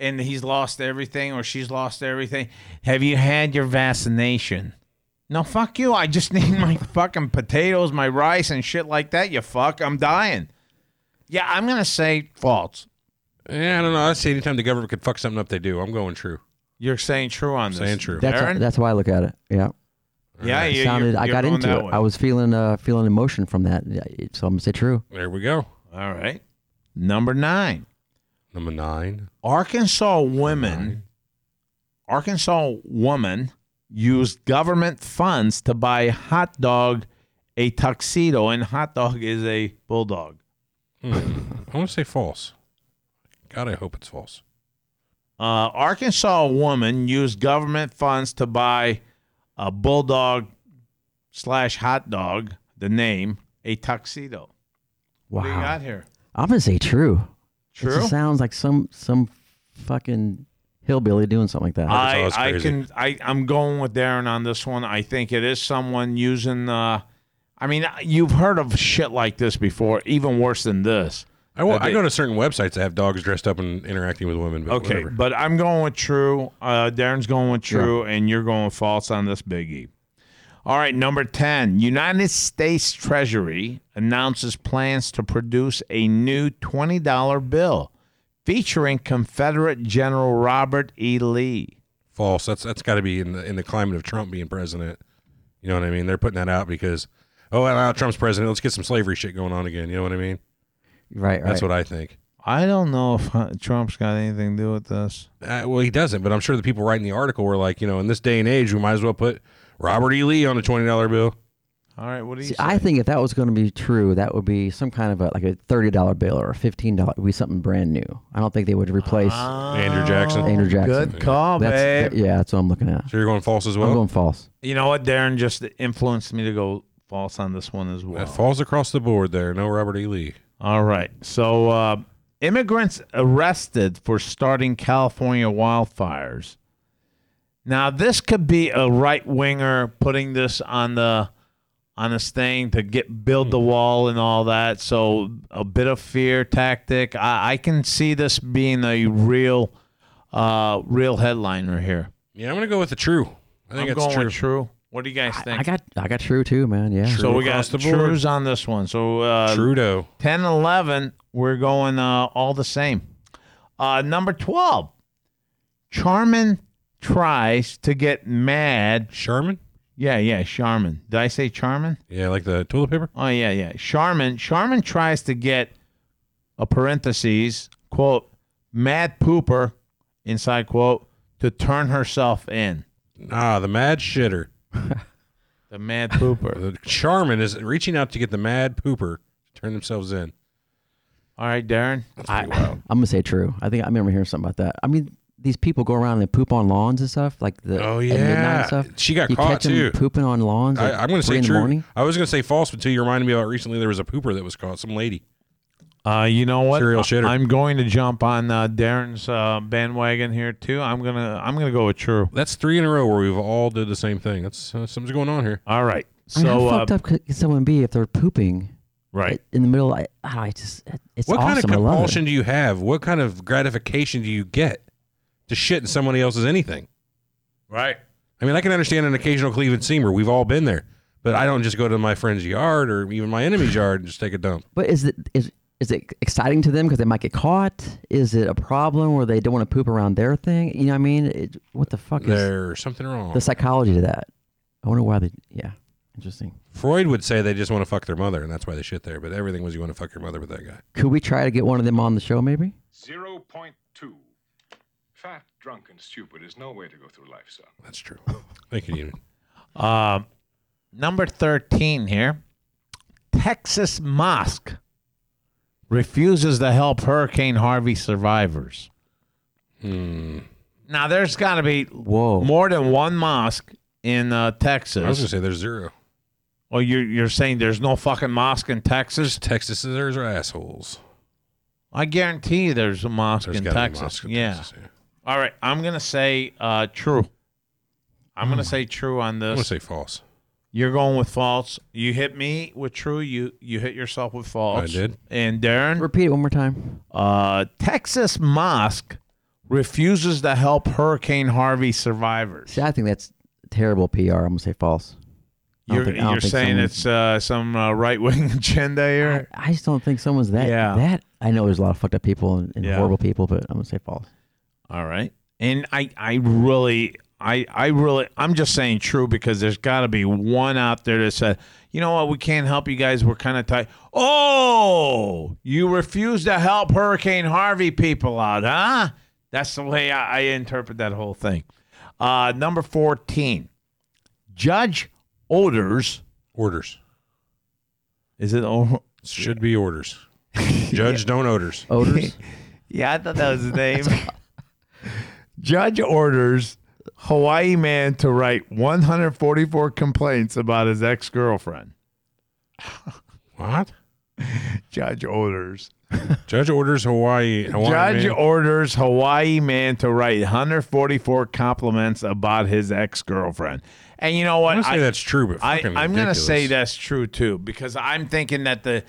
S3: and he's lost everything or she's lost everything? Have you had your vaccination? No, fuck you. I just <laughs> need my fucking potatoes, my rice, and shit like that. You fuck. I'm dying. Yeah, I'm gonna say false.
S5: Yeah, I don't know. I say anytime the government could fuck something up, they do. I'm going true.
S3: You're saying true on this.
S5: Saying true.
S4: That's
S3: Aaron?
S4: that's how I look at it. Yeah,
S3: yeah,
S4: it
S3: you,
S4: sounded.
S3: you're-
S4: I
S3: you're
S4: got
S3: going
S4: into
S3: that
S4: it.
S3: way.
S4: I was feeling uh feeling emotion from that. Yeah, it- So I'm gonna say true.
S5: There we go.
S3: All right. Number nine.
S5: Number nine.
S3: Arkansas women, Arkansas woman used government funds to buy hot dog a tuxedo, and hot dog is a bulldog.
S5: Hmm. I want to say false. God, I hope it's false.
S3: Uh, Arkansas woman used government funds to buy a bulldog slash hot dog, the name, a tuxedo.
S4: Wow.
S3: What do you got here?
S4: I'm gonna say true. It
S3: True.
S4: just sounds like some some fucking hillbilly doing something like that.
S3: I,
S5: Arkansas is
S3: I
S5: crazy.
S3: can I I'm going with Darren on this one. I think it is someone using. Uh, I mean, you've heard of shit like this before, even worse than this.
S5: I, wa-
S3: Uh,
S5: I
S3: they-
S5: go to certain websites that have dogs dressed up and interacting with women. But
S3: Okay,
S5: Whatever.
S3: but I'm going with true. Uh, Darren's going with true, and you're going with false on this biggie. All right, number 10. United States Treasury announces plans to produce a new $20 bill featuring Confederate General Robert E. Lee.
S5: False. That's that's got to be in the in the climate of Trump being president. You know what I mean? They're putting that out because oh, well, now Trump's president. Let's get some slavery shit going on again. You know what I mean?
S4: right, right.
S5: That's what I think.
S3: I don't know if uh, Trump's got anything to do with this.
S5: Uh, well, he doesn't, but I'm sure the people writing the article were like, you know, in this day and age, we might as well put Robert E. Lee on a twenty dollar bill.
S3: All right, what do you
S4: See,
S3: say?
S4: I think if that was going to be true, that would be some kind of a like a thirty dollar bill or a fifteen dollar. Would be something brand new. I don't think they would replace.
S5: Andrew Jackson.
S4: Andrew Jackson.
S3: Good call,
S4: that's
S3: babe.
S4: yeah, that's what I'm looking at.
S5: So you're going false as well.
S4: I'm going false.
S3: You know what? Darren just influenced me to go false on this one as well.
S5: That falls across the board there. No Robert E. Lee.
S3: All right. So, uh, immigrants arrested for starting California wildfires. Now, this could be a right winger putting this on the on this thing to get build
S5: Hmm.
S3: the wall and all that. So, a bit of fear tactic. I, I can see this being a real, uh, real headliner here.
S5: Yeah, I'm gonna go with the true. I think
S3: I'm
S5: it's
S3: going
S5: true.
S3: with true. What do you guys think?
S4: I got I got true too, man. Yeah.
S3: so we got
S5: across the board.
S3: trues on this one. So uh,
S5: Trudeau.
S3: 10 11 we're going uh, all the same uh, number 12 charmin tries to get mad
S5: Sherman?
S3: yeah yeah charmin did i say charmin
S5: Yeah, like the toilet paper?
S3: oh yeah yeah charmin charmin tries to get a parentheses quote mad pooper inside quote to turn herself in
S5: Nah, the mad shitter.
S3: the mad <laughs> pooper
S5: The Charmin is reaching out to get the mad pooper to turn themselves in.
S3: all right darren
S4: I, I'm gonna say true. I think I remember hearing something about that. I mean, these people go around and they poop on lawns and stuff, like the
S5: Oh,
S4: at midnight
S5: yeah.
S4: and stuff.
S5: She got
S4: you
S5: caught,
S4: catch them
S5: too.
S4: pooping on lawns.
S5: I,
S4: at
S5: I'm going to
S4: three
S5: say
S4: in the
S5: true.
S4: morning.
S5: I was going to say false until you reminded me about recently there was a pooper that was caught, some lady.
S3: Uh, you know what?
S5: Serial
S3: I-
S5: shitter.
S3: I'm going to jump on uh, Darren's uh, bandwagon here too. I'm gonna I'm gonna go with true.
S5: That's three in a row where we've all did the same thing. That's uh, something's going on here.
S3: All right.
S4: I mean,
S3: So
S4: how
S3: uh,
S4: fucked up could someone be if they're pooping
S3: right.
S4: in the middle? I, oh, I just it's
S5: What
S4: awesome.
S5: kind of
S4: I love it.
S5: compulsion do you have? What kind of gratification do you get to shit in somebody else's anything? Right. I mean, I can understand an occasional Cleveland seamer. We've all been there. But I don't just go to my friend's yard or even my enemy's yard and just take a dump.
S4: But is it is is it exciting to them because they might get caught? Is it a problem where they don't want to poop around their thing? You know what I mean? It, what the fuck is
S5: There's something wrong.
S4: the psychology to that? I wonder why they. Yeah, interesting.
S5: Freud would say they just want to fuck their mother, and that's why they shit there. But everything was you want to fuck your mother with that guy.
S4: Could we try to get one of them on the show? Maybe
S6: 0.2. Fat, drunk, and stupid is no way to go through life, son.
S5: That's
S3: <laughs>
S5: true. Thank you, Newton.
S3: Uh, number thirteen here. Texas mosque refuses to help Hurricane Harvey survivors.
S5: Mm,
S3: Now there's got to be
S4: Whoa.
S3: more than one mosque in uh, Texas.
S5: I was gonna say there's zero.
S3: oh, you're you're saying there's no fucking mosque in Texas?
S5: Texas is are assholes.
S3: I guarantee you there's a mosque
S5: There's
S3: in
S5: gotta be
S3: Texas.
S5: mosques in
S3: yeah.
S5: Texas,
S3: All right. I'm gonna say uh, true. I'm
S5: Hmm.
S3: gonna say true on
S5: I'm gonna
S3: this.
S5: say false.
S3: You're going with false. You hit me with true. You you hit yourself with false.
S5: I did.
S3: And Darren,
S4: repeat it one more time.
S3: uh, Texas mosque refuses to help Hurricane Harvey survivors.
S4: See, I think that's terrible PR. I'm gonna say false. I don't
S3: You're,
S4: think- I don't
S3: you're
S4: think
S3: saying
S4: someone's-
S3: it's uh, some uh, right wing <laughs> agenda
S4: I,
S3: here.
S4: I just don't think someone's that.
S3: Yeah.
S4: That I know there's a lot of fucked up people and, and
S3: Yeah.
S4: horrible people, but I'm gonna say false.
S3: All right. And I, I really, I, I really, I'm just saying true because there's got to be one out there that said, you know what, we can't help you guys. We're kind of tight. Oh, you refuse to help Hurricane Harvey people out, huh? That's the way I, I interpret that whole thing. Uh, number 14, judge orders.
S5: Orders
S3: Is it? o-
S5: should be orders.
S3: <laughs>
S5: Judge don't orders.
S4: Odors.
S3: Yeah, I thought that was his name. <laughs> Judge orders Hawaii man to write 144 complaints about his ex girlfriend.
S5: What?
S3: Judge orders.
S5: Judge orders Hawaii. Hawaii
S3: Judge
S5: man.
S3: orders Hawaii man to write 144 compliments about his ex girlfriend. And you know what?
S5: I'm gonna say
S3: I-
S5: that's true, but
S3: I,
S5: fucking
S3: I'm going to
S5: ridiculous.
S3: say that's true too, because I'm thinking that the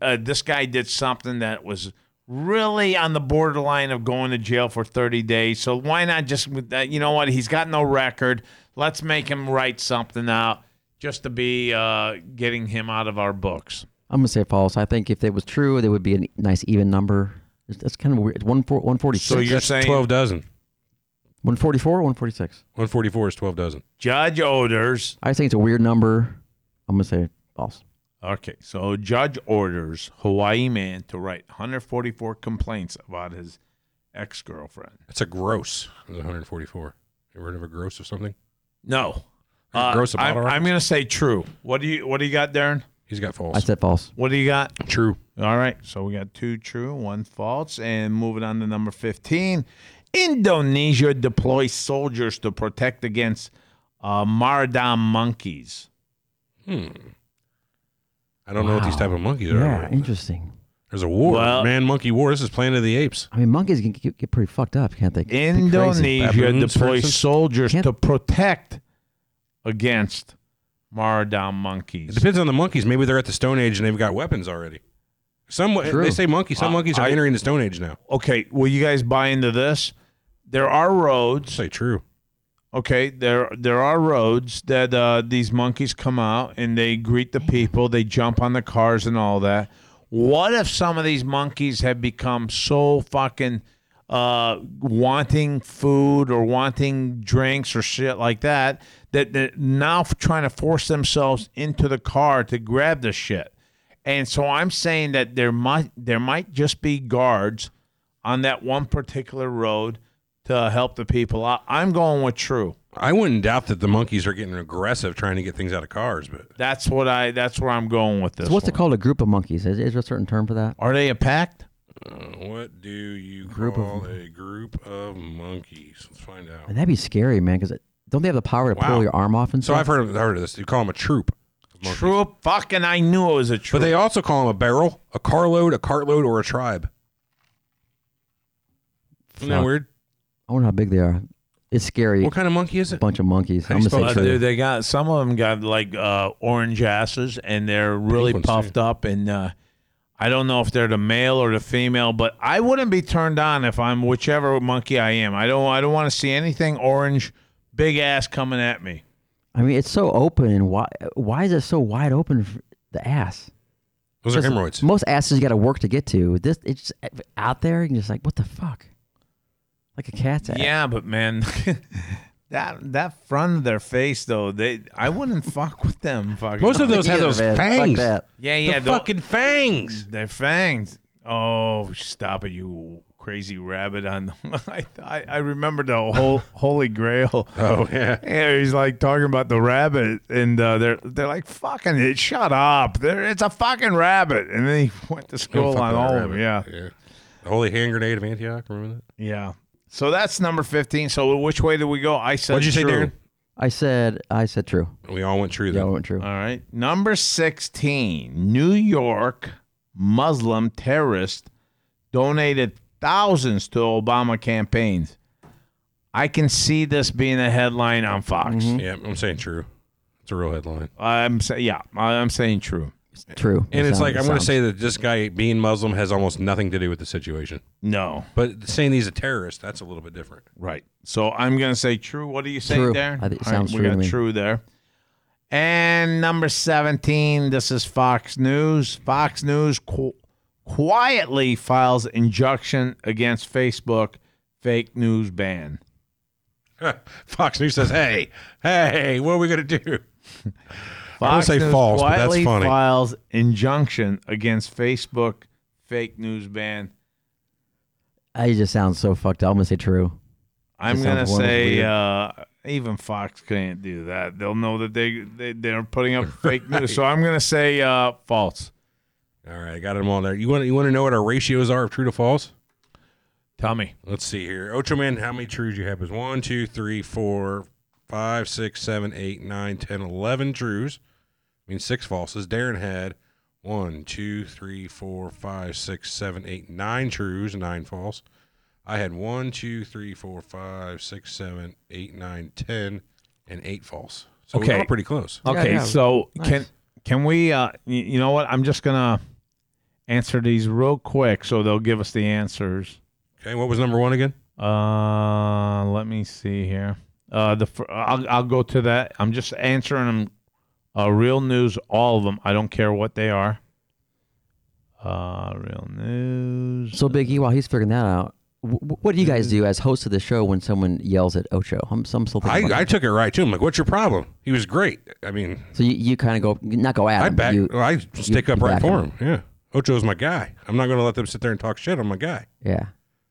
S3: uh, this guy did something that was really on the borderline of going to jail for 30 days. So why not just, with that- you know what? He's got no record. Let's make him write something out just to be uh, getting him out of our books.
S4: I'm gonna say false. I think if it was true, there would be a nice even number. It's- That's kind of weird. It's one four, one forty
S3: So
S4: six,
S3: you're
S5: That's
S3: saying
S5: twelve dozen.
S4: one forty four, one forty six.
S5: One forty four is twelve dozen.
S3: Judge orders.
S4: I think it's a weird number. I'm gonna say false.
S3: Okay, so judge orders Hawaii man to write 144 complaints about his ex girlfriend.
S5: That's a gross. It was one hundred forty four. You heard of a gross or something?
S3: No. Uh,
S5: Like gross about
S3: I'm,
S5: all right?
S3: I'm gonna say true. What do you What do you got, Darren?
S5: He's got false.
S4: I said false.
S3: What do you got?
S5: True.
S3: All right. So we got two true, one false, and moving on to number fifteen. Indonesia deploys soldiers to protect against uh, Mardam monkeys.
S5: I don't know what these type of monkeys are.
S4: Yeah, interesting.
S5: There's a war.
S3: Well-
S5: Man monkey war. This is Planet of the Apes.
S4: I mean, monkeys can get, get pretty fucked up, can't they? Get pretty crazy.
S3: Indonesia
S5: Baboons, for
S3: deploys
S5: instance?
S3: soldiers
S4: Can't-
S3: to protect against Mardam monkeys.
S5: It depends on the monkeys. Maybe they're at the Stone Age and they've got weapons already. Some
S4: True.
S5: they say monkeys. Some
S3: Uh,
S5: monkeys are
S3: I-
S5: entering the Stone Age now.
S3: Okay, will you guys buy into this? There are roads.
S5: Say true.
S3: Okay, there there are roads that uh, these monkeys come out and they greet the people. They jump on the cars and all that. What if some of these monkeys have become so fucking uh, wanting food or wanting drinks or shit like that that they're now trying to force themselves into the car to grab the shit? And so I'm saying that there might there might just be guards on that one particular road to help the people out. I'm going with true.
S5: I wouldn't doubt that the monkeys are getting aggressive trying to get things out of cars, but
S3: That's what I. That's where I'm going with this.
S4: So what's
S3: one.
S4: it called? A group of monkeys? Is, is there a certain term for that?
S3: Are they a pact?
S5: uh, what do you
S4: Group of-
S5: call a group of monkeys? Let's find out.
S4: And that'd be scary, man. Because don't they have the power to
S5: Wow.
S4: pull your arm off and
S5: So
S4: stuff?
S5: I've heard of, heard of this. You call them a troop,
S3: True. Fucking, I knew it was a true.
S5: but they also call them a barrel, a carload, a cartload, or a tribe. Isn't that
S4: Fuck.
S5: weird?
S4: I wonder how big they are. It's scary.
S5: What kind of monkey is
S4: a
S5: it?
S4: bunch of monkeys.
S5: How
S4: I'm
S5: do you
S4: gonna
S5: spell that,
S3: Uh,
S4: say true.
S3: dude, they got some of them got like uh, orange asses, and they're really
S5: ones, too.
S3: puffed up. And uh, I don't know if they're the male or the female, but I wouldn't be turned on if I'm whichever monkey I am. I don't. I don't want to see anything orange, big ass coming at me.
S4: I mean, it's so open, and why? Why is it so wide open? For the ass.
S5: Those are
S4: 'Cause
S5: hemorrhoids.
S4: Most asses you got to work to get to. This it's just out there. and You're just like, what the fuck? Like a cat's ass.
S3: Yeah, but man, <laughs> that that front of their face though, they I wouldn't <laughs> fuck with them. Fucking
S5: Most of those
S3: <laughs>
S5: have
S4: Either,
S5: those
S4: man. Fuck
S5: fangs.
S4: that.
S3: yeah,
S5: The
S3: yeah, tho-
S5: fucking fangs.
S3: Their fangs. Oh, stop it, you crazy rabbit! On <laughs> I, I, I remember
S5: <laughs>
S3: the whole Holy Grail.
S5: Oh yeah.
S3: Yeah, he's like talking about the rabbit, and uh, they're they're like fucking it. Shut up! There, it's a fucking rabbit. And then he <laughs> went to
S5: Don't
S3: school
S5: fuck
S3: on
S5: with that
S3: all of them.
S5: rabbit.
S3: Yeah,
S5: The holy hand grenade of Antioch. Remember that?
S3: yeah. So that's number fifteen. So which way do we go? I said.
S5: What'd you say,
S3: true.
S5: Darren?
S4: I said. I said true.
S5: We all went true.
S4: Yeah, I
S5: Though.
S4: went true.
S3: All right. Number 16, New York Muslim terrorist donated thousands to Obama campaigns. I can see this being a headline on Fox.
S5: yeah, I'm saying true. It's a real headline.
S3: I'm say, yeah, I- I'm saying true.
S4: It's true.
S5: And
S4: It
S5: it's like
S4: sounds-
S5: I'm going to
S4: sounds-
S5: say that this guy being Muslim has almost nothing to do with the situation.
S3: No,
S5: But saying he's a terrorist, that's a little bit different. <laughs>
S3: right. So I'm going to say true. What do you say
S4: True.
S3: there?
S4: I think it sounds
S3: we
S4: true to
S3: got
S4: me.
S3: true there. And number 17, this is Fox News. Fox News qu- quietly files injunction against Facebook fake news ban.
S5: Fox News says, "Hey, hey, what are we gonna do?"
S3: Fox
S5: say
S3: News
S5: false, but that's
S3: quietly
S5: funny.
S3: files injunction against Facebook fake news ban.
S4: I just sound so fucked up. I'm gonna say true.
S3: I'm
S4: That
S3: gonna
S4: sounds wonderful,
S3: say
S4: dude.
S3: uh, even Fox can't do that. They'll know that they, they they're putting
S4: <laughs>
S3: up fake news. So I'm gonna say uh, false.
S5: All right, got them all there. You want you want to know what our ratios are of true to false?
S3: Tell me.
S5: Let's see here. Ocho Man, how many trues you have is one, two, three, four, five, six, seven, eight, nine, ten, eleven trues. I mean six falses. Darren had one, two, three, four, five, six, seven, eight, nine trues, nine false. I had one, two, three, four, five, six, seven, eight, nine, ten, and eight false. So
S3: Okay.
S5: we're all pretty close.
S3: Okay,
S4: yeah.
S3: so
S4: Nice.
S3: can can we? Uh, y- you know what? I'm just gonna answer these real quick, so they'll give us the answers.
S5: Okay, what was number one again?
S3: Uh, let me see here. Uh, the fir- I'll I'll go to that. I'm just answering them. Uh, real news, all of them. I don't care what they are. Uh, real news.
S4: So Big E, while he's figuring that out, wh- wh- what do you guys do as hosts of the show when someone yells at Ocho? I'm, I'm still
S5: I,
S4: thinking. about
S5: I
S4: it.
S5: took it right too. I'm like, what's your problem? He was great. I mean,
S4: so you, you kind of go not go at
S5: I
S4: him.
S5: back.
S4: you-
S5: well, I stick
S4: you
S5: up right
S4: back
S5: for him.
S4: him.
S5: Yeah, Ocho's my guy. I'm not going to let them sit there and talk shit. I'm my guy.
S4: yeah.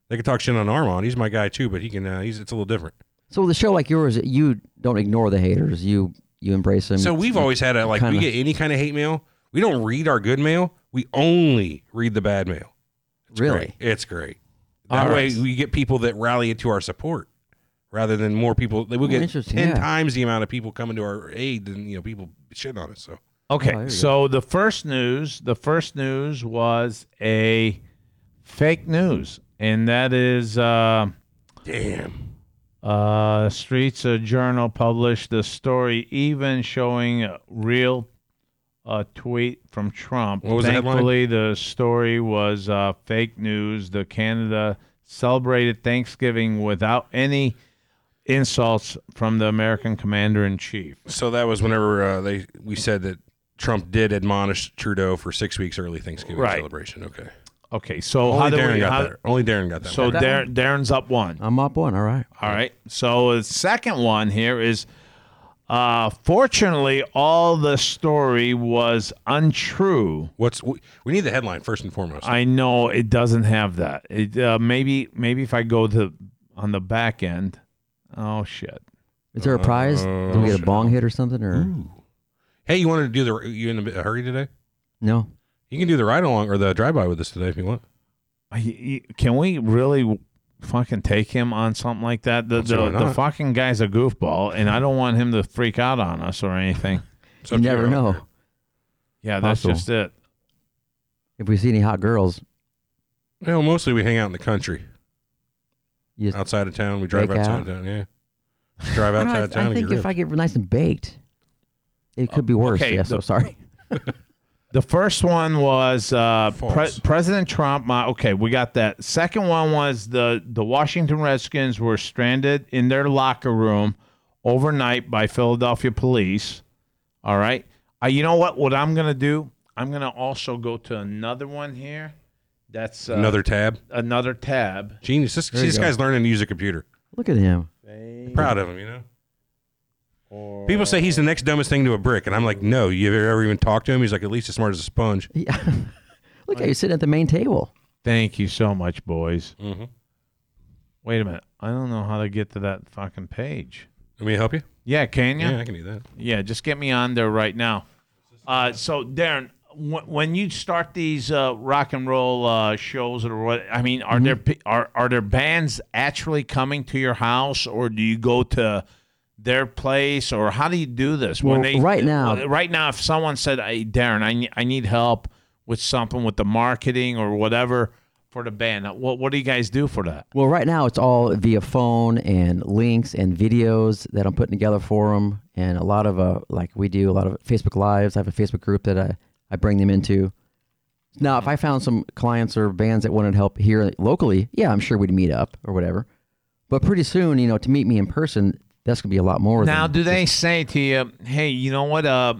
S5: They can talk shit on Armand. He's my guy too, but he can. Uh, he's it's a little different.
S4: So the show like yours, you don't ignore the haters. You you embrace them.
S5: So we've always had a like.
S4: Kinda.
S5: We get any kind of hate mail. We don't read our good mail. We only read the bad mail. It's
S4: really.
S5: great. It's great. That
S4: All
S5: way
S4: right.
S5: we get people that rally to our support rather than more people. They will get ten
S4: Interesting, yeah.
S5: times the amount of people coming to our aid than you know people shitting on us. So
S3: Okay,
S4: Oh, there you go.
S3: so the first news, the first news was a fake news, and that is. Uh,
S5: damn.
S3: Uh, Streets uh, Journal published the story, even showing a real uh, tweet from Trump.
S5: What was the headline?
S3: Thankfully, the story was uh, fake news. The Canada celebrated Thanksgiving without any insults from the American commander in chief.
S5: So that was whenever uh, they we said that Trump did admonish Trudeau for six weeks early Thanksgiving
S3: Right.
S5: celebration. Okay,
S3: Okay, so how
S5: only
S3: do
S5: Darren
S3: we?
S5: got Oh.
S3: How,
S5: that. Only Darren got that.
S3: so
S5: one.
S4: that
S3: Dar- Darren's up one.
S4: I'm up one. All right.
S3: All right. So the second one here is uh fortunately all the story was untrue.
S5: what's we, we need the headline first and foremost.
S3: I know it doesn't have that. It uh, maybe maybe if I go to on the back end. Oh shit.
S4: Is there a prize? do
S5: Uh,
S4: we get a bong hit or something or
S5: Mm. hey, you wanted to do the you in a bit- a hurry today?
S4: no?
S5: You can do the ride along or the drive by with us today if you want.
S3: I- I- Can we really fucking take him on something like that? The the,
S5: Sure
S3: the
S5: not.
S3: fucking guy's a goofball and I don't want him to freak out on us or anything.
S5: It's
S4: You
S5: up to
S4: never
S5: you.
S4: know.
S3: Yeah, that's
S4: Possible.
S3: just it.
S4: If we see any hot girls,
S5: Well, mostly we hang out in the country,
S4: you just,
S5: outside of town. We drive
S4: Bake
S5: outside
S4: out.
S5: of town. Yeah,
S3: <laughs>
S5: drive
S4: I, don't know,
S5: outside
S4: I-
S5: of town.
S4: I
S5: and
S4: think
S5: get
S4: if I
S5: ripped.
S4: get nice and baked, it could be
S5: Oh,
S4: worse.
S3: okay,
S4: yeah. So
S3: the-
S4: sorry.
S3: The first one was uh, pre-
S5: False.
S3: President Trump. My, okay, we got that. Second one was the the Washington Redskins were stranded in their locker room overnight by Philadelphia police. All right. Uh, you know what? What I'm gonna do? I'm gonna also go to another one here. That's uh,
S5: another tab.
S3: another tab.
S5: Genius. This, see,
S4: you
S5: this
S4: go.
S5: guy's learning to use a computer.
S4: Look at <laughs> him.
S5: proud of him, you know. People say he's the next dumbest thing to a brick, and I'm like, no. You ever, ever even talked to him? He's like, at least as smart as a sponge.
S4: Yeah. Look at you sitting at the main table.
S3: Thank you so much, boys.
S5: Mm-hmm.
S3: Wait a minute. I don't know how to get to that fucking page.
S5: Let me to help you.
S3: Yeah, can you?
S5: Yeah. I can do that.
S3: Yeah, just get me on there right now. Uh, so Darren, w- when you start these uh, rock and roll uh, shows or what, I mean, are
S4: Mm-hmm.
S3: there pe- are are there bands actually coming to your house, or do you go to their place, or how do you do this?
S4: Well, right now-
S3: well, right now, if someone said, "Hey, Darren, I ne- I need help with something with the marketing or whatever for the band," what what do you guys do for that?
S4: Well, right now it's all via phone and links and videos that I'm putting together for them, and a lot of uh, like we do a lot of Facebook lives. I have a Facebook group that I I bring them into. Now, if I found some clients or bands that wanted help here locally, yeah, I'm sure we'd meet up or whatever. But pretty soon, you know, to meet me in person, that's going to be a lot more.
S3: Now,
S4: than
S3: do they say to you, "Hey, you know what? Uh,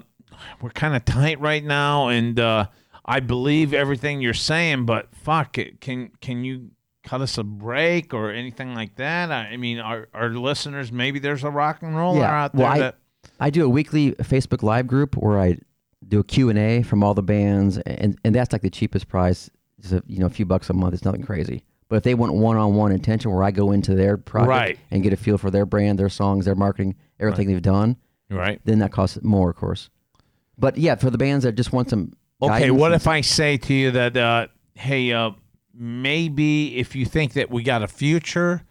S3: we're kind of tight right now, and uh, I believe everything you're saying, but fuck it, can can you cut us a break or anything like that? I, I mean, our our listeners, maybe there's a rock and roller
S4: Yeah,
S3: out there
S4: well, I-
S3: that
S4: I do a weekly Facebook Live group where I do a Q&A from all the bands, and, and that's like the cheapest price. It's a, you know, a few bucks a month. It's nothing crazy. But if they want one-on-one attention where I go into their project
S3: Right.
S4: and get a feel for their brand, their songs, their marketing, everything they've done,
S3: right.
S4: then that costs more, of course. But yeah, for the bands that just want some
S3: Okay,
S4: guidance
S3: what
S4: and-
S3: if I say to you that, uh, hey, uh, maybe if you think that we got a future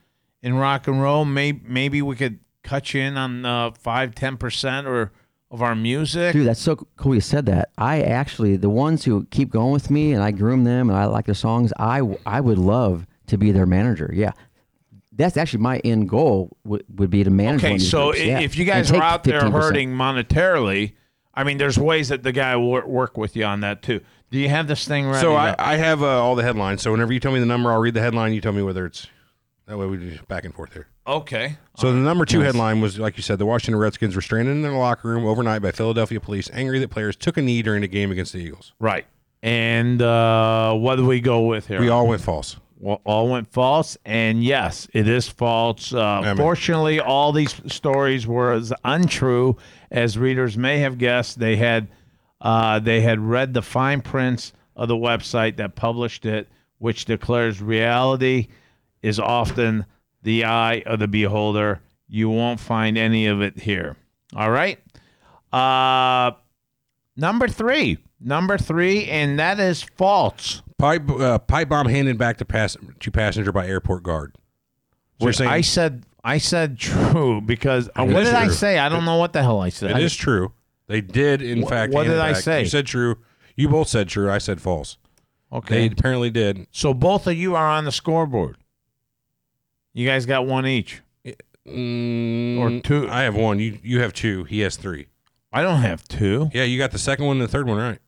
S3: in rock and roll, may- maybe we could cut you in on uh, 5 10% or of our music?
S4: Dude, that's so cool you said that. I actually, the ones who keep going with me and I groom them and I like their songs, I, w- I would love to be their manager. Yeah. That's actually my end goal would, would be to manage. one
S3: Okay,
S4: of these
S3: so i
S4: groups, yeah.
S3: if you
S4: And
S3: guys are
S4: take
S3: out there
S4: 15%.
S3: hurting monetarily, I mean, there's ways that the guy will wor- work with you on that too. Do you have this thing ready?
S5: So I,
S3: up?
S5: I have uh, all the headlines. So whenever you tell me the number, I'll read the headline. You tell me whether it's that way. We do back and forth here.
S3: okay.
S5: So the number two headline was, like you said, the Washington Redskins were stranded in their locker room overnight by Philadelphia police, angry that players took a knee during a game against the Eagles.
S3: Right. And uh, what do we go with here?
S5: We all went false.
S3: Well, all went false, and yes, it is false. Uh,
S5: mean-
S3: fortunately, all these stories were as untrue as readers may have guessed. They had uh, they had read the fine prints of the website that published it, which declares reality is often the eye of the beholder. You won't find any of it here. All right. Uh, number three. Number three, and that is false.
S5: Pipe uh, pipe bomb handed back to pass to passenger by airport guard. So you're
S3: Which
S5: saying
S3: I said I said <laughs> true because uh, what
S5: is
S3: did I
S5: true.
S3: say? I don't know what the hell I said.
S5: it is true. They did, in
S3: Wh-
S5: fact.
S3: what
S5: hand it
S3: did I
S5: back.
S3: say?
S5: You said true. You both said true. I said false. They
S3: Okay.
S5: apparently did.
S3: so both of you are on the scoreboard. You guys got one each.
S5: Mm,
S3: two.
S5: I have one. You you have two. He has three.
S3: I don't have two.
S5: Yeah, you got the second one and the third one right.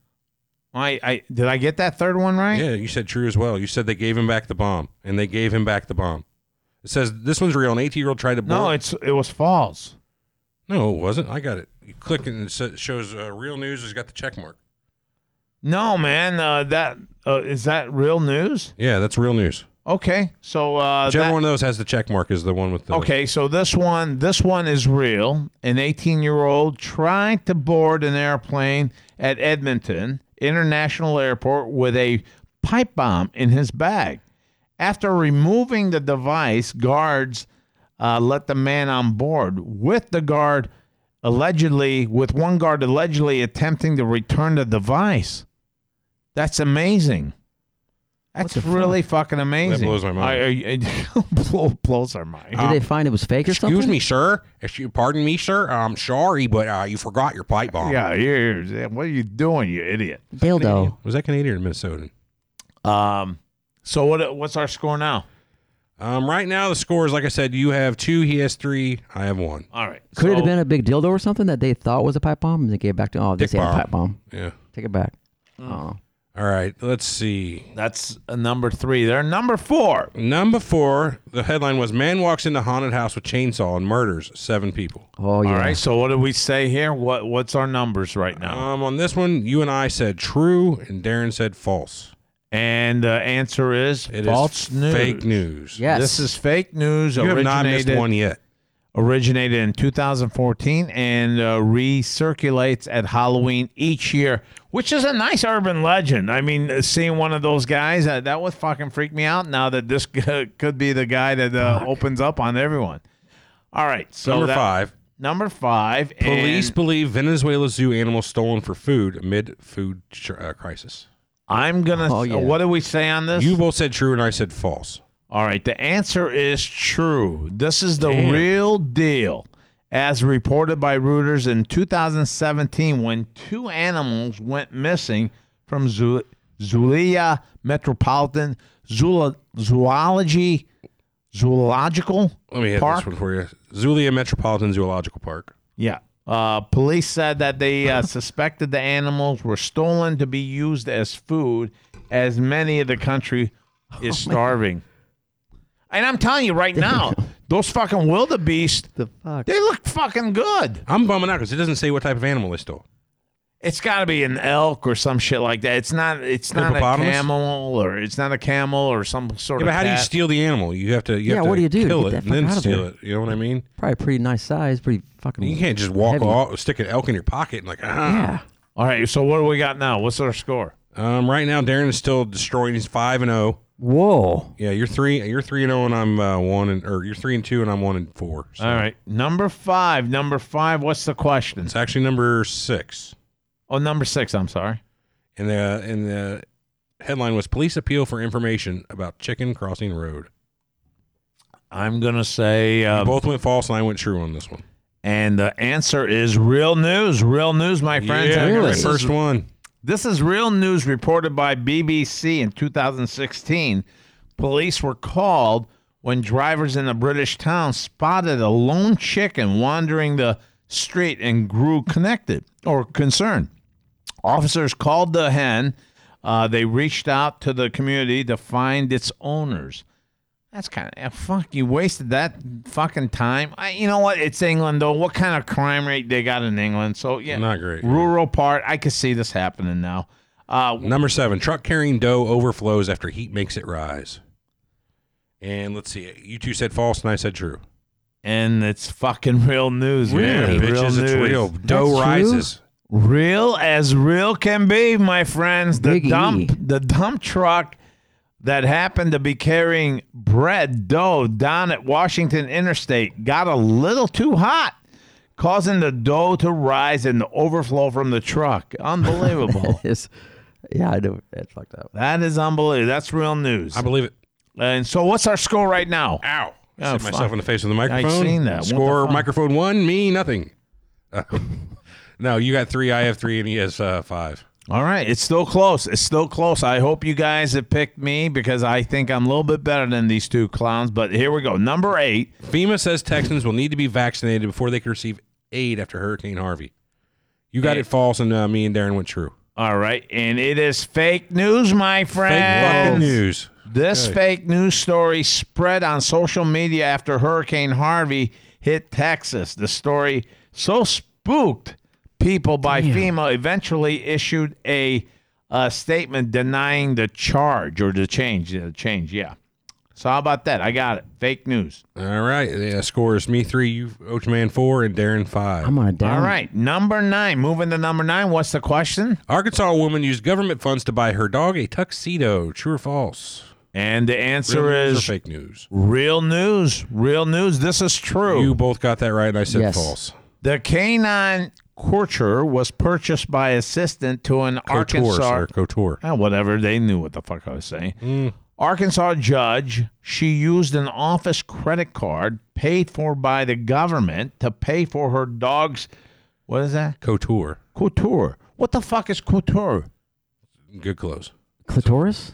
S3: I, I did I get that third one right?
S5: Yeah, you said true as well. You said they gave him back the bomb, and they gave him back the bomb. It says this one's real. An 18 year old tried to blow.
S3: No, it's it was false.
S5: no, it wasn't. I got it. You click and it sa- shows uh, real news. It's got the check mark.
S3: No, man, uh, that uh, is that real news?
S5: Yeah, that's real news.
S3: Okay, so uh,
S5: Whichever
S3: that-
S5: one of those has the check mark is the one with the.
S3: Okay, so this one this one is real. An 18-year-old tried to board an airplane at Edmonton International Airport with a pipe bomb in his bag. After removing the device, guards uh, let the man on board with the guard allegedly with one guard allegedly attempting to return the device. That's amazing. That's really fucking amazing.
S5: blows my mind.
S3: I- <laughs> I- blow- blows our mind.
S4: Did they find it was fake or something?
S5: Excuse me, sir. Excuse, pardon me, sir. I'm sorry, but uh, you forgot your pipe bomb.
S3: Yeah, here, here, what are you doing, you idiot?
S4: Dildo.
S5: Was that Canadian or Minnesotan?
S3: Um, so what? What's our score now?
S5: Um, right now the score is like I said. You have two. He has three. I have one.
S3: All right.
S4: Could it
S3: so-
S4: have been a big dildo or something that they thought was a pipe bomb and they gave back to, oh, this
S5: Dick
S4: ain't a
S5: bomb.
S4: pipe bomb.
S5: Yeah.
S4: Take it back. Oh.
S3: Mm.
S5: All right. Let's see.
S3: That's a number three. There, number four.
S5: Number four, the headline was Man Walks into Haunted House with Chainsaw and Murders Seven People.
S4: Oh, yeah.
S3: All right. So what do we say here? What What's our numbers right now?
S5: Um, on this one, you and I said true, and Darren said false.
S3: and the answer is
S5: It is
S3: false news.
S5: fake news.
S4: Yes.
S3: This is fake news.
S5: You have not missed
S3: originated-
S5: one yet.
S3: originated in 2014 and uh, recirculates at Halloween each year, which is a nice urban legend. I mean, uh, seeing one of those guys uh, that would fucking freak me out. Now that this <laughs> could be the guy
S5: <laughs>
S3: that uh, opens up on everyone. All right, so
S5: Number
S3: that-
S5: five,
S3: number five,
S5: police
S3: and
S5: believe Venezuela zoo animal stolen for food amid food tr- uh, crisis.
S3: I'm gonna.
S4: Oh, yeah.
S3: What do we say on this?
S5: You both said true, and I said false.
S3: All right, the answer is true. This is the
S5: Damn.
S3: real deal, as reported by Reuters in 2017 when two animals went missing from Zu- Zulia Metropolitan Zula- Zoology Zoological
S5: Let me hit
S3: Park.
S5: this one for you. Zulia Metropolitan Zoological Park.
S3: Yeah. Uh, police said that they uh, <laughs> suspected the animals were stolen to be used as food,
S5: <laughs> Oh
S3: as many of the country is starving. And I'm telling you right now, Those fucking wildebeest,
S4: The fuck?
S3: they look fucking good.
S5: I'm bumming out because it doesn't say what type of animal they stole.
S3: It's got to be an elk or some shit like that. It's not. It's not a
S5: Hippopotamus?
S3: camel or it's not a camel or some sort
S5: Yeah,
S3: of.
S5: but how do you
S3: cat.
S5: steal the animal? You have to. You
S4: Yeah,
S5: have to
S4: what do you do to
S5: Kill
S4: get
S5: it
S4: that
S5: and then
S4: fuck outta
S5: steal
S4: there?
S5: it. You know what I mean?
S4: Probably pretty nice size. Pretty fucking.
S5: You can't just walk
S4: Heavy.
S5: off, stick an elk in your pocket and like. Ah.
S4: Yeah.
S3: All right. So what do we got now? What's our score?
S5: Um, right now, Darren is still destroying. He's five and zero.
S4: Whoa.
S5: Yeah, you're three. You're three and zero, and I'm uh, one and or you're three and two, and I'm one and four. So
S3: All right. Number five. Number five. What's the question?
S5: it's actually number six.
S3: Oh, number six. I'm sorry.
S5: And the and the headline was police appeal for information about chicken crossing road.
S3: I'm gonna say. Uh,
S5: Both went false, and I went true on this one.
S3: and the answer is real news. Real news, my friends.
S5: yeah, I got my
S4: really?
S5: first one.
S3: This is real news reported by BBC in 2016. Police were called when drivers in a British town spotted a lone chicken wandering the street and grew connected or concerned. Officers called the hen. Uh, they reached out to the community to find its owners. That's kind of fuck. You wasted that fucking time. I, you know what? It's England though. What kind of crime rate they got in England? So yeah,
S5: Not great.
S3: Rural part. I could see this happening now. Uh,
S5: Number seven, truck carrying dough overflows after heat makes it rise. And let's see, you two said false, and I said true.
S3: and it's fucking real news, man.
S5: bitches,
S3: real
S5: it's
S3: news.
S5: real. Dough
S4: true?
S5: rises.
S3: Real as real can be, my friends. The
S4: Big E.
S3: dump, the dump truck that happened to be carrying bread dough down at Washington Interstate got a little too hot, causing the dough to rise and the overflow from the truck. <laughs> Unbelievable.
S4: <laughs> It's, yeah, I know. That's fucked up.
S3: that is unbelievable. That's real news.
S5: I believe it.
S3: And so, what's our score right now?
S5: Ow! I
S3: Oh,
S5: hit myself
S3: fuck.
S5: in the face with the microphone.
S3: seen that. What the
S5: Score
S3: fuck?
S5: microphone one, me nothing. Uh, <laughs> no, you got three. I have three, and he has uh, five.
S3: All right, it's still close. It's still close. I hope you guys have picked me because I think I'm a little bit better than these two clowns. But here we go. Number eight.
S5: FEMA says Texans will need to be vaccinated before they can receive aid after Hurricane Harvey. You got
S3: Yeah.
S5: it false, and uh, me and Darren went true.
S3: All right, and it is fake news, my friends.
S5: Fake fucking news.
S3: This fake news story spread on social media after Hurricane Harvey hit Texas. The story so spooked people by FEMA eventually issued a, uh statement denying the charge or the change. The change, yeah. So how about that? I got it. Fake news.
S5: All right. Yeah, scores me three, you Oach Man four, and Darren 5
S4: I'm on a down.
S3: All right, number nine. Moving to number nine. What's the question?
S5: Arkansas woman used government funds to buy her dog a tuxedo. True or false?
S3: And the answer
S5: Real news or
S3: is
S5: fake news.
S3: real news. Real news. This is true.
S5: You both got that right, and I said
S4: Yes.
S5: false.
S3: The canine courture was purchased by assistant to an
S5: Couture,
S3: Arkansas.
S5: sir. Couture.
S3: Ah, whatever, they knew what the fuck I was saying. Arkansas judge, she used an office credit card paid for by the government to pay for her dog's, what is that?
S5: Couture.
S3: Couture. What the fuck is couture?
S5: Good clothes.
S4: Clitoris?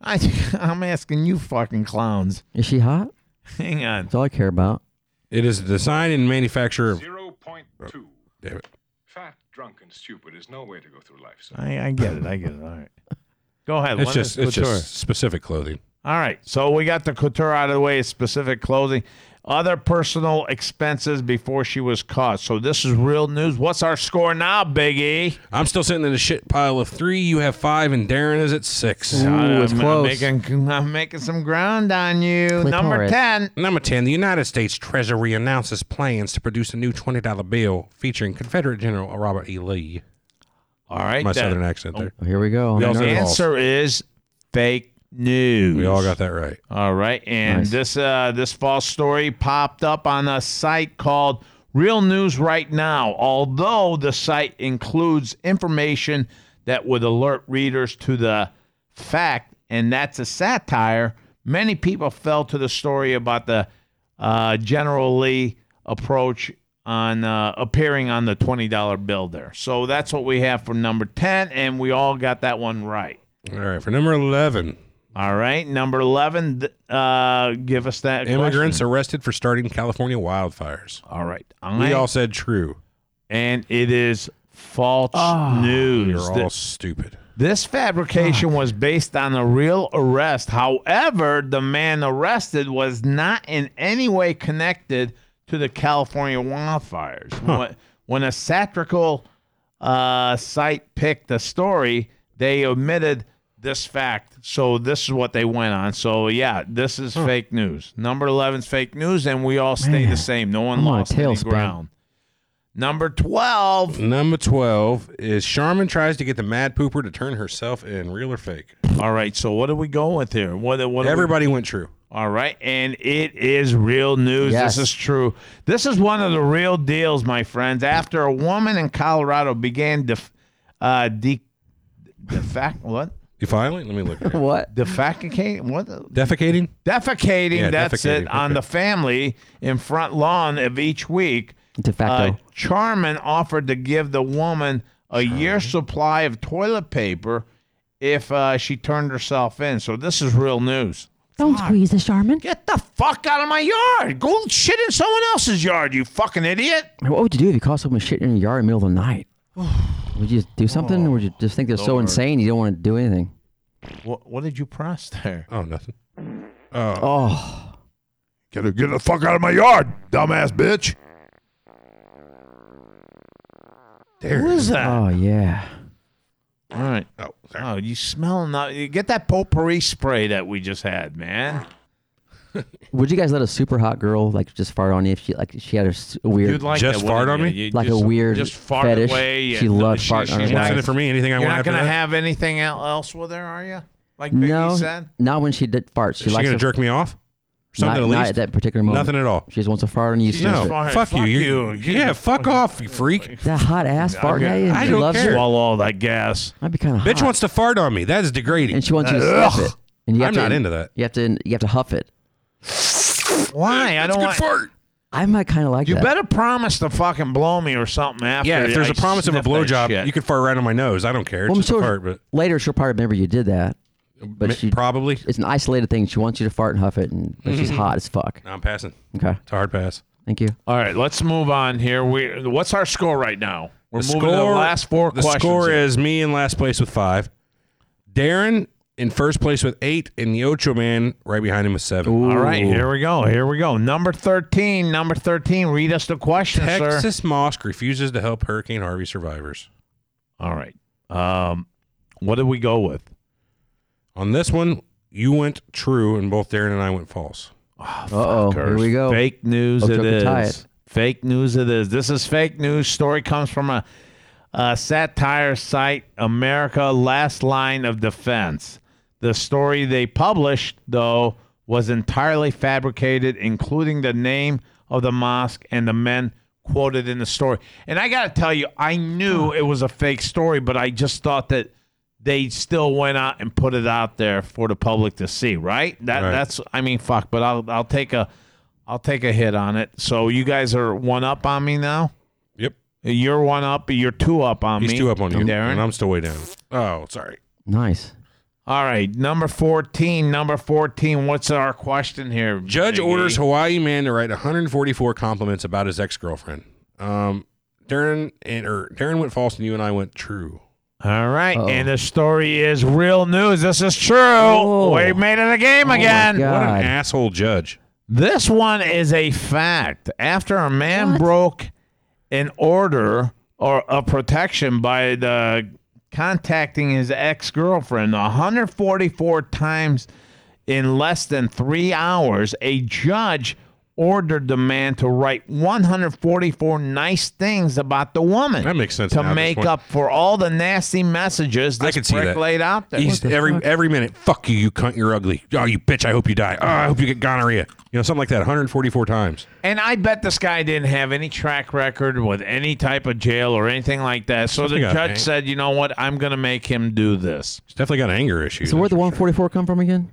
S3: I, <laughs> I'm asking you fucking clowns.
S4: Is she hot?
S3: Hang on.
S4: That's all I care about.
S5: It is the design and manufacture of.
S6: 0.2.
S5: Damn it.
S6: Fat, drunk, and stupid is no way to go through life, son.
S3: I, I get it. I get it. All right. Go ahead.
S5: It's
S3: what
S5: just,
S3: is
S5: it's
S3: couture?
S5: just specific clothing.
S3: All right. So we got the couture out of the way, specific clothing, other personal expenses before she was caught. So this is real news. What's our score now, Big E?
S5: I'm still sitting in a shit pile of three. You have five, and Darren is at six.
S3: I'm,
S4: it's
S3: I'm
S4: close.
S3: making, I'm making some ground on you. Number
S4: Clitoris.
S3: 10.
S5: Number 10, the United States Treasury announces plans to produce a new $20 bill featuring Confederate General Robert E. Lee.
S3: All right.
S5: My
S3: that-
S5: southern accent there.
S4: Oh, here we go.
S5: We all-
S3: the
S5: Nerve balls.
S3: answer is fake news.
S5: We all got that right.
S3: All right, and
S4: Nice.
S3: this uh, this false story popped up on a site called Real News Right Now. Although the site includes information that would alert readers to the fact, and that's a satire, many people fell to the story about the uh, General Lee approach on uh, appearing on the twenty dollar bill there. So that's what we have for number ten, and we all got that one right.
S5: All right, for number 11,
S3: All right, number eleven. th- Uh, give us that.
S5: immigrants
S3: question.
S5: arrested for starting California wildfires.
S3: All right,
S5: We
S3: I-
S5: all said true.
S3: and it is false news.
S5: You're Ah, all stupid.
S3: This fabrication was based on a real arrest. However, the man arrested was not in any way connected to the California wildfires. When, when a satirical uh, site picked the story, they omitted this fact. So this is what they went on. So yeah, this is fake news. Number 11's fake news, and we all stay the same. No one
S4: I'm on a
S3: lost any
S4: tailspin.
S3: ground. Number 12.
S5: Number 12 is Charmin tries to get the mad pooper to turn herself in, real or fake.
S3: All right, so what do we go with here? What, what do we-
S5: Everybody went true.
S3: All right, and it is real news.
S4: Yes.
S3: This is true. This is one of the real deals, my friends. After a woman in Colorado began def, uh, de, defac, what?
S5: Defiling? Let me look at it.
S4: <laughs> What?
S3: Defecating? What? the-
S5: Defecating?
S3: Defecating,
S5: Yeah,
S3: that's
S5: defecating,
S3: it, on
S5: okay.
S3: the family in front lawn of each week.
S4: De facto.
S3: Uh, Charmin offered to give the woman a year's supply of toilet paper if uh, she turned herself in. So this is real news.
S7: Don't squeeze us, Charmin.
S3: Get the fuck out of my yard. Go shit in someone else's yard, you fucking idiot.
S1: Uh,
S4: Man, what would you do if you caught someone shitting in your yard in the middle of
S1: <sighs>
S4: the night? would you do something, or would you just think they're so insane you don't want to do anything?
S3: What, what did you press there?
S5: Oh, nothing.
S4: Oh,
S1: Uh, Get, get the fuck out of my yard, dumbass bitch.
S3: Who is that?
S4: oh yeah.
S3: All right.
S5: Oh, sorry.
S3: Oh, you smell not. You get that potpourri spray that we just had, man.
S4: Would you guys let a super hot girl like just fart on you if she like she had a s- weird
S3: You'd like
S5: Just
S3: that,
S5: fart
S3: wouldn't
S5: on
S3: you?
S5: me?
S3: You
S4: like
S3: just-
S4: a weird
S3: just fart
S4: fetish?
S3: away.
S4: She
S3: and-
S4: loves farting on
S3: she's
S4: her
S3: not
S5: What's in
S4: wife.
S5: it for me? Anything I
S3: You're
S5: want
S3: not
S5: after
S3: gonna
S5: that?
S3: have anything el- else with her, are you? Like Biggie
S4: No,
S3: said.
S4: not when she did farts. She
S5: Is she
S4: likes
S5: going to
S4: to-
S5: jerk me off? Something
S4: not,
S5: at
S4: not
S5: least?
S4: at that particular moment.
S5: Nothing at all.
S4: She just wants to fart on you. she
S5: No,
S4: does it.
S3: Fuck
S5: fuck,
S3: you.
S5: you.
S3: You-
S5: you.
S3: you-
S5: Yeah, fuck off, you freak.
S4: That hot ass farting at you. and
S5: I
S4: she
S5: don't
S4: loves
S5: care.
S4: you.
S3: Swallow all that gas.
S4: That'd be kind of
S5: Bitch wants to fart on me. That is degrading.
S4: and she wants you to sniff it. And you have
S5: I'm
S4: to,
S5: not into that.
S4: You have to you have to huff it.
S3: Why? I don't want.
S5: fart.
S4: I might kind of like
S3: You
S4: that.
S3: better promise to fucking blow me or something after.
S5: Yeah, if there's
S3: a
S5: a promise of a blowjob, you could fart right on my nose. I don't care. It's
S4: Well, I'm
S5: just a
S4: sure
S5: fart, but
S4: later she'll probably remember you did that. But
S5: ma-
S4: she,
S5: probably
S4: it's an isolated thing. She wants you to fart and huff it, and but
S5: Mm-hmm.
S4: she's hot as fuck.
S5: No, I'm passing.
S4: Okay,
S5: It's a hard pass.
S4: thank you.
S3: All right, let's move on here. We what's our score right now? We're
S5: The
S3: moving to the last four
S5: The
S3: questions.
S5: score
S3: here.
S5: is me in last place with five, Darren in first place with eight, and the Ocho Man right behind him with seven.
S3: all right. Here we go. Here we go. Number thirteen. Number thirteen. Read us the question, sir.
S5: Texas mosque refuses to help Hurricane Harvey survivors.
S3: All right. Um, what did we go with?
S5: On this one, you went true, and both Darren and I went false.
S4: Uh oh, here
S3: Curse.
S4: we go.
S3: Fake news.
S4: Ocho
S3: It
S4: can tie
S3: is.
S4: it.
S3: Fake news. It is. This is fake news. Story comes from a, a Uh, satire site, America Last Line of Defense. The story they published, though, was entirely fabricated, including the name of the mosque and the men quoted in the story. And I got to tell you, I knew it was a fake story, but I just thought that they still went out and put it out there for the public to see, right? That
S5: Right.
S3: that's I mean fuck, but I'll I'll take a I'll take a hit on it. So you guys are one up on me now.
S5: Yep.
S3: You're one up, you're two up on
S5: He's
S3: me.
S5: two up on you, Uh-huh.
S3: Darren.
S5: and I'm still way down. Oh, sorry.
S4: Nice.
S3: All right, number 14, number 14. What's our question here?
S5: Judge
S3: Biggie?
S5: orders Hawaii man to write 144 compliments about his ex girlfriend. Um, Darren and or Darren went false, and you and I went true.
S3: All right,
S4: Uh-oh.
S3: and the story is real news. This is true. We made it a game again.
S4: Oh God.
S5: What an asshole judge!
S3: This one is a fact. After a man broke an order or a protection by the contacting his ex-girlfriend 144 times in less than 3 hours, a judge ordered the man to write 144 nice things about the woman.
S5: That makes sense now at
S3: To
S5: this
S3: make
S5: point.
S3: up for all the nasty messages
S5: I
S3: this
S5: can see
S3: prick
S5: that.
S3: laid out there.
S5: He's every every minute. Fuck you, you cunt. You're ugly. Oh, you bitch. I hope you die. Oh, I hope you get gonorrhea. You know, something like that. 144 times.
S3: And I bet this guy didn't have any track record with any type of jail or anything like that. So the
S5: Something got
S3: judge
S5: hang-
S3: said, you know what? I'm going to make him do this.
S5: He's definitely got anger issues.
S4: So where'd the 144 come from again?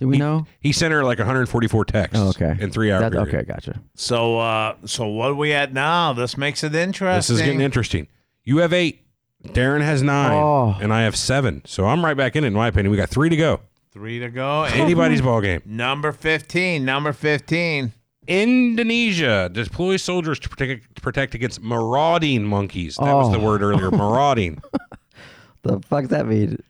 S4: Do we know?
S5: He sent her like 144 texts.
S4: Oh, okay.
S5: In three hours.
S4: That, okay, gotcha.
S3: So uh, so what are we at now? This makes it interesting.
S5: This is getting interesting. You have eight. Darren has nine,
S4: Oh.
S5: and I have seven. So I'm right back in it. In my opinion, we got three to go.
S3: Three to go. And
S5: Anybody's ball game.
S3: number 15, number 15.
S5: Indonesia deploys soldiers to protect, to protect against marauding monkeys. That was the
S4: Oh.
S5: word earlier. Marauding.
S4: The fuck's that mean?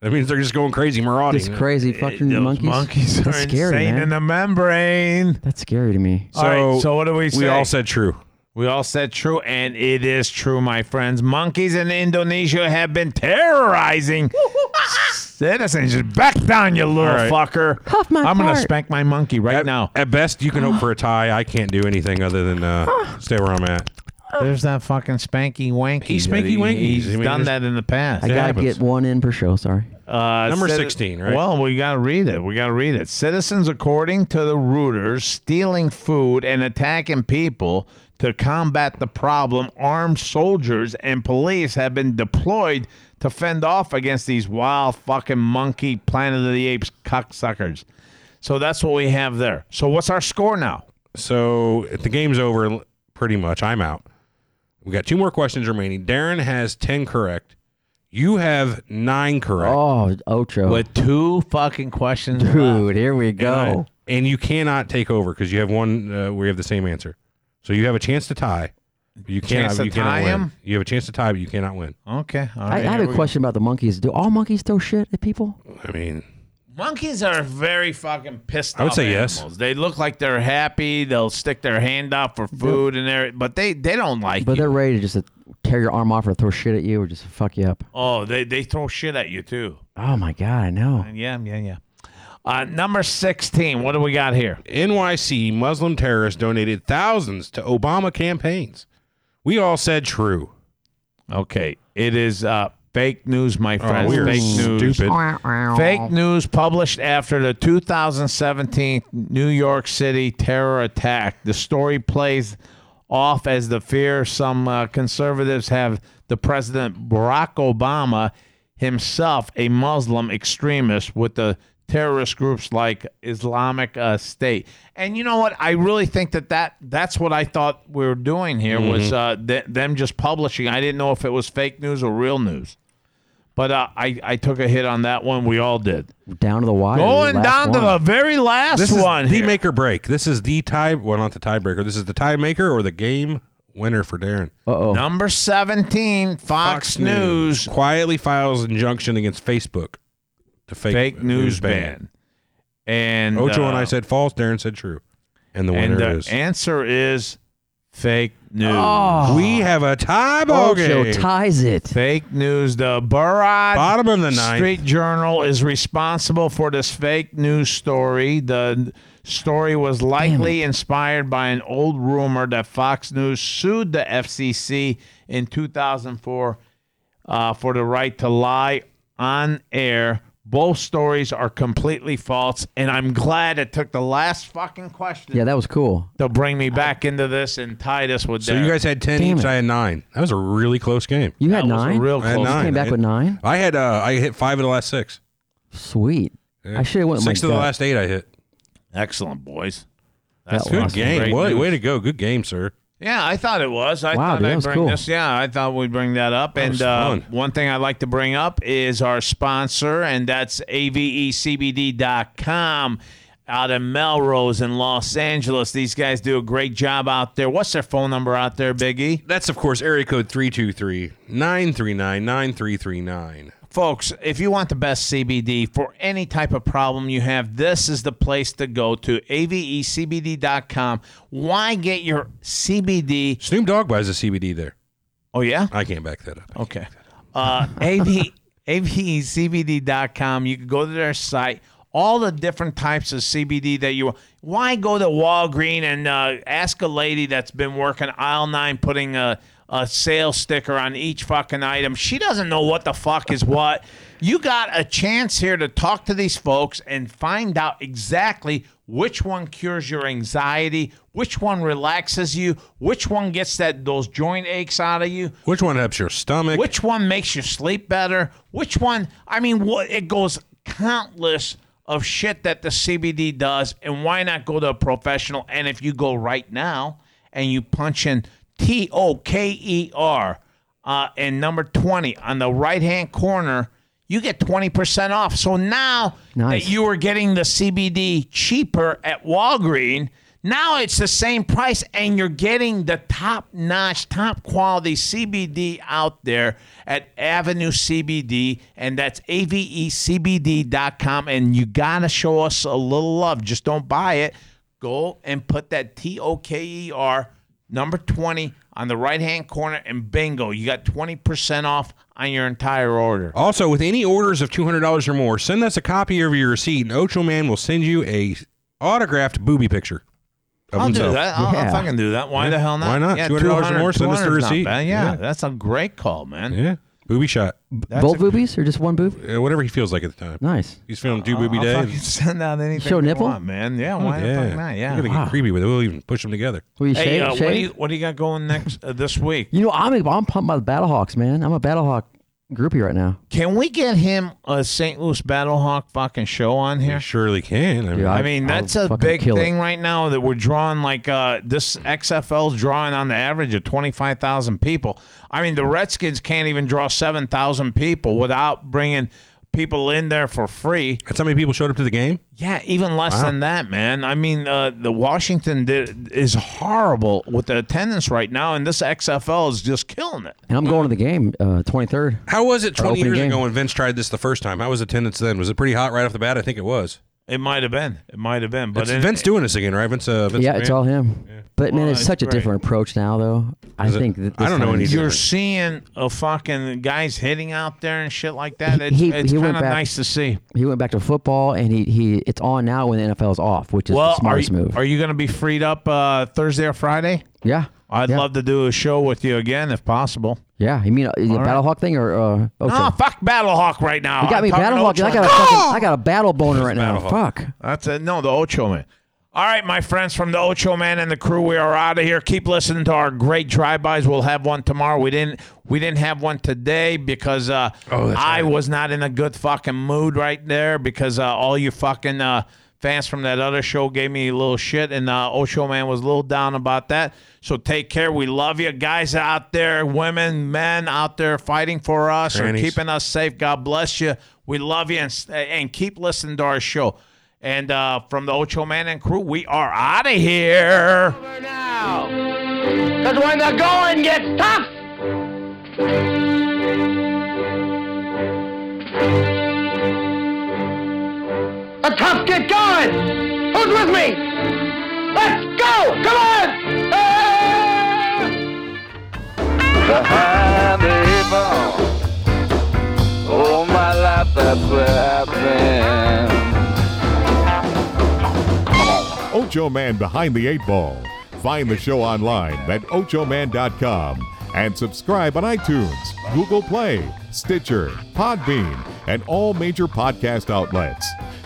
S5: That means they're just going crazy marauding.
S4: This crazy
S5: eh,
S4: fucking
S3: Those
S4: monkeys.
S3: monkeys are
S4: That's scary,
S3: insane
S4: man.
S3: in the membrane.
S4: That's scary to me.
S3: all right, so what do we
S5: We
S3: say?
S5: all said true.
S3: We all said true, and it is true, my friends. Monkeys in Indonesia have been terrorizing citizens. Just back down, you little
S5: right.
S3: fucker.
S4: Cuff my
S3: I'm going to
S4: part.
S3: spank my monkey right
S5: At,
S3: now.
S5: at best, you can hope for a tie. I can't do anything other than uh, stay where I'm at.
S3: There's that fucking spanky wanky.
S5: He's
S3: dude.
S5: spanky wanky.
S3: He's
S5: I mean,
S3: done
S5: there's-
S3: that in the past.
S4: I gotta
S5: happens.
S4: get one in per show. Sorry.
S3: Uh,
S5: Number 16, right?
S3: Well, we got to read it. We got to read it. Citizens, according to the rooters, stealing food and attacking people to combat the problem, armed soldiers and police have been deployed to fend off against these wild fucking monkey Planet of the Apes cocksuckers. So that's what we have there. So what's our score now?
S5: So if the game's over, l- pretty much. I'm out. We got two more questions remaining. Darren has ten correct. You have nine correct.
S4: Oh, Ocho.
S3: With two fucking questions.
S4: Dude, here we
S5: And,
S4: go.
S5: I- and you cannot take over because you have one uh, where you have the same answer. So you have a chance to tie. but You cannot.
S3: Chance to
S5: you cannot
S3: tie
S5: win.
S3: him?
S5: You have a chance to tie, but you cannot win.
S3: Okay. All
S4: I, I
S3: right.
S4: have
S3: here
S4: a
S3: we go.
S4: question about the monkeys. Do all monkeys throw shit at people?
S5: I mean,
S3: Monkeys are very fucking pissed
S5: I would
S3: off
S5: say yes.
S3: animals. They look like they're happy. They'll stick their hand out for food and they but they they don't like
S4: But
S3: you.
S4: they're ready to just uh, tear your arm off or throw shit at you or just fuck you up.
S3: Oh, they they throw shit at you too.
S4: Oh my god, I know.
S3: Yeah, yeah, yeah. Uh, number 16. What do we got here?
S5: NYC Muslim terrorists donated thousands to Obama campaigns. We all said true.
S3: Okay. It is uh fake news, my
S5: Oh,
S3: friends.
S5: we are
S3: fake news.
S5: stupid.
S3: Fake news published after the 2017 New York City terror attack. The story plays off as the fear some uh, conservatives have the President Barack Obama himself a Muslim extremist with the terrorist groups like Islamic uh, State. And you know what? I really think that, that that's what I thought we were doing here was uh, th- them just publishing. I didn't know if it was fake news or real news. But uh, I, I took a hit on that one. We all did.
S4: Down to the wire.
S3: Going
S4: last
S3: down to
S4: one.
S3: the very last
S5: This is
S3: one.
S5: the
S3: here.
S5: make or break. This is the tie. Well, not the tiebreaker. This is the tie maker or the game winner for Darren.
S4: Uh-oh.
S3: Number 17, Fox, News.
S5: quietly files injunction against Facebook to fake,
S3: Fake news ban. And
S5: Ocho
S3: uh,
S5: and I said false. Darren said true. And the winner
S3: and the
S5: is. Oh,
S3: answer is fake news.
S5: we have a tie ball
S4: Ocho
S5: game.
S4: Oh, ties it.
S3: Fake news. The Burrard
S5: Bottom of the ninth.
S3: Street Journal is responsible for this fake news story. The story was likely inspired by an old rumor that Fox News sued the FCC in 2004 uh, for the right to lie on air. Both stories are completely false, and I'm glad it took the last fucking question
S4: Yeah, that was cool.
S3: to bring me back into this and tie this with
S5: So you guys had ten
S4: Damn
S5: each.
S4: it.
S5: I had nine. That was a really close game.
S4: You
S3: that
S4: had
S3: was a
S4: nine.
S3: real
S5: I had
S3: close.
S5: nine.
S4: Came back
S5: I-
S4: with nine.
S5: I had uh, I hit five of the last six.
S4: Sweet. I should have went with my
S5: Six of the
S4: gut.
S5: last eight I hit.
S3: Excellent, boys.
S4: That
S5: Good
S4: Awesome.
S5: game.
S3: Great
S5: What,
S3: news.
S5: way to go. Good game, sir.
S3: Yeah, I thought it was. I
S4: Wow,
S3: thought
S4: dude, that
S3: I'd
S4: was
S3: bring
S4: cool.
S3: this. Yeah, I thought we'd bring that up.
S5: was
S3: and uh,
S5: fun.
S3: one thing I'd like to bring up is our sponsor, and that's E avecbd.com out in Melrose in Los Angeles. These guys do a great job out there. What's their phone number out there, E? Biggie?
S5: That's, of course, area code 323 939 9339.
S3: Folks, if you want the best CBD for any type of problem you have, this is the place to go to E avecbd.com. Why get your CBD?
S5: Snoop Dogg buys a CBD there.
S3: Oh, yeah?
S5: I can't back that up.
S3: Okay. Uh, AV, E AVECBD.com. You can go to their site. All the different types of CBD that you want. Why go to Walgreen and uh, ask a lady that's been working aisle nine putting a, a sale sticker on each fucking item? She doesn't know what the fuck is what. You got a chance here to talk to these folks and find out exactly which one cures your anxiety, which one relaxes you, which one gets that those joint aches out of you,
S5: Which one helps your stomach?
S3: which one makes you sleep better? Which one? I mean, what it goes countless of shit that the CBD does, and why not go to a professional? And if you go right now and you punch in T O K E R uh, and number twenty on the right hand corner, you get twenty percent off. So now
S4: Nice.
S3: that you were getting the CBD cheaper at Walgreen. Now it's the same price, and you're getting the top notch, top quality CBD out there at Avenue CBD, and that's E avecbd.com. And you got to show us a little love. Just don't buy it. Go and put that T O K E R number 20 on the right hand corner, and bingo, you got 20% off on your entire order.
S5: Also, with any orders of two hundred dollars or more, send us a copy of your receipt, and Ocho Man will send you a autographed booby picture. Of
S3: I'll do
S5: himself.
S3: that. I'll, I'll
S4: Yeah.
S3: fucking do that. Why
S5: Yeah.
S3: the hell not?
S5: Why not?
S3: Yeah,
S5: $200 or more, send us the
S3: 200's not
S5: receipt.
S3: bad. Yeah,
S5: Yeah.
S3: that's a great call, man.
S5: Yeah, booby shot,
S4: Both boobies or just one boob?
S5: Uh, whatever he feels like at the time.
S4: Nice.
S5: He's feeling do
S3: I'll-
S5: booby
S3: Uh, I'll
S5: day.
S3: fucking <laughs> send out anything.
S4: Show
S3: they
S4: nipple?
S3: want, man.
S5: Oh,
S3: Yeah, why the fuck not?
S5: We're
S3: Yeah.
S5: gonna get creepy with it. We'll even push them together.
S4: Will you
S3: Hey,
S4: shave?
S3: uh, what
S4: shave?
S3: do you what do you got going next uh, this week?
S4: You know, I'm I'm pumped by the Battlehawks, man. I'm a Battlehawk groupie right now.
S3: Can we get him a St. Louis Battlehawk fucking show on
S5: You
S3: here?
S5: surely can. I mean,
S4: Yeah,
S3: I
S4: I-
S3: mean,
S4: I'll
S3: that's a
S4: fucking
S3: big
S4: kill it.
S3: thing right now that we're drawing like uh, this XFL's drawing on the average of 25,000 people. I mean, the Redskins can't even draw 7,000 people without bringing people in there for free.
S5: that's how many people showed up to the game.
S3: Yeah, even less than that, man. I mean, uh, the Washington di- is horrible with the attendance right now, and this XFL is just killing it.
S4: And I'm going to the game uh, 23rd.
S5: How was it 20
S4: opening
S5: years
S4: game.
S5: ago when Vince tried this the first time? How was attendance then? Was it pretty hot right off the bat? I think it was.
S3: It might have been. It might have been. But
S5: But
S3: it-
S5: Vince doing this again, right? Vince. Uh, Vince
S4: yeah, it's
S5: McMahon?
S4: all him. But man,
S3: Well,
S4: it's
S3: it's
S4: such a
S3: great.
S4: different approach now, though. I
S5: Is it-
S4: think that
S5: I
S4: this
S5: don't know
S4: time
S5: any
S4: is-
S5: different.
S3: you're seeing a fucking guys hitting out there and shit like that.
S4: He-
S3: It's,
S4: he-
S3: it's
S4: he
S3: kind
S4: went
S3: of
S4: back-
S3: nice to see.
S4: He went back to football, and he he it's on now when the NFL is off, which is the
S3: Well, are
S4: smartest
S3: you,
S4: move.
S3: are you going to be freed up uh, Thursday or Friday?
S4: yeah,
S3: I'd
S4: Yeah.
S3: love to do a show with you again if possible.
S4: yeah. You mean uh, the Battlehawk thing or uh, Ocho?
S3: No, fuck Battlehawk right now.
S4: you got
S3: Ah, I'm
S4: me
S3: talking
S4: Battlehawk.
S3: Ocho.
S4: I got a fucking, I got a battle boner right now. Fuck.
S3: That's it. No, the Ocho Man. All right, my friends from the Ocho Man and the crew, we are out of here. Keep listening to our great drive-bys. We'll have one tomorrow. We didn't we didn't have one today because uh, I was not in a good fucking mood right there because uh, all you fucking uh, fans from that other show gave me a little shit and uh, Ocho Man was a little down about that. So take care. We love you guys out there, women, men out there fighting for us or
S5: Grannies.
S3: keeping keeping us safe. God bless you. We love you and, s- and keep listening to our show. And uh, from the Ocho Man and crew, we are out of here.
S7: Because when the going gets tough, the tough get going. Who's with me? Let's go! Come on! Ah!
S2: behind the eight ball. All my life, that's where I've been.
S1: Ocho Man Behind the Eight Ball. Find the show online at ochoman.com and subscribe on iTunes, Google Play, Stitcher, Podbean, and all major podcast outlets.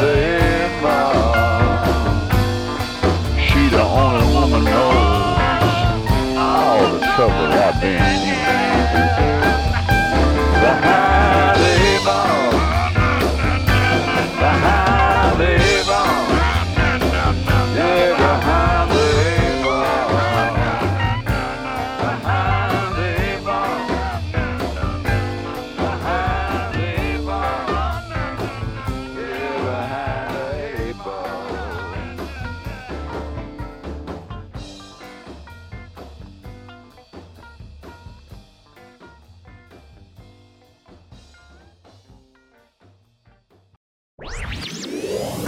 S2: the eight ball. She the only woman knows all the trouble I've been in. Behind the eight ball. Behind the eight ball. Yeah, behind the eight ball. Behind the eight ball. Behind the eight ball. Yeah, behind the eight ball.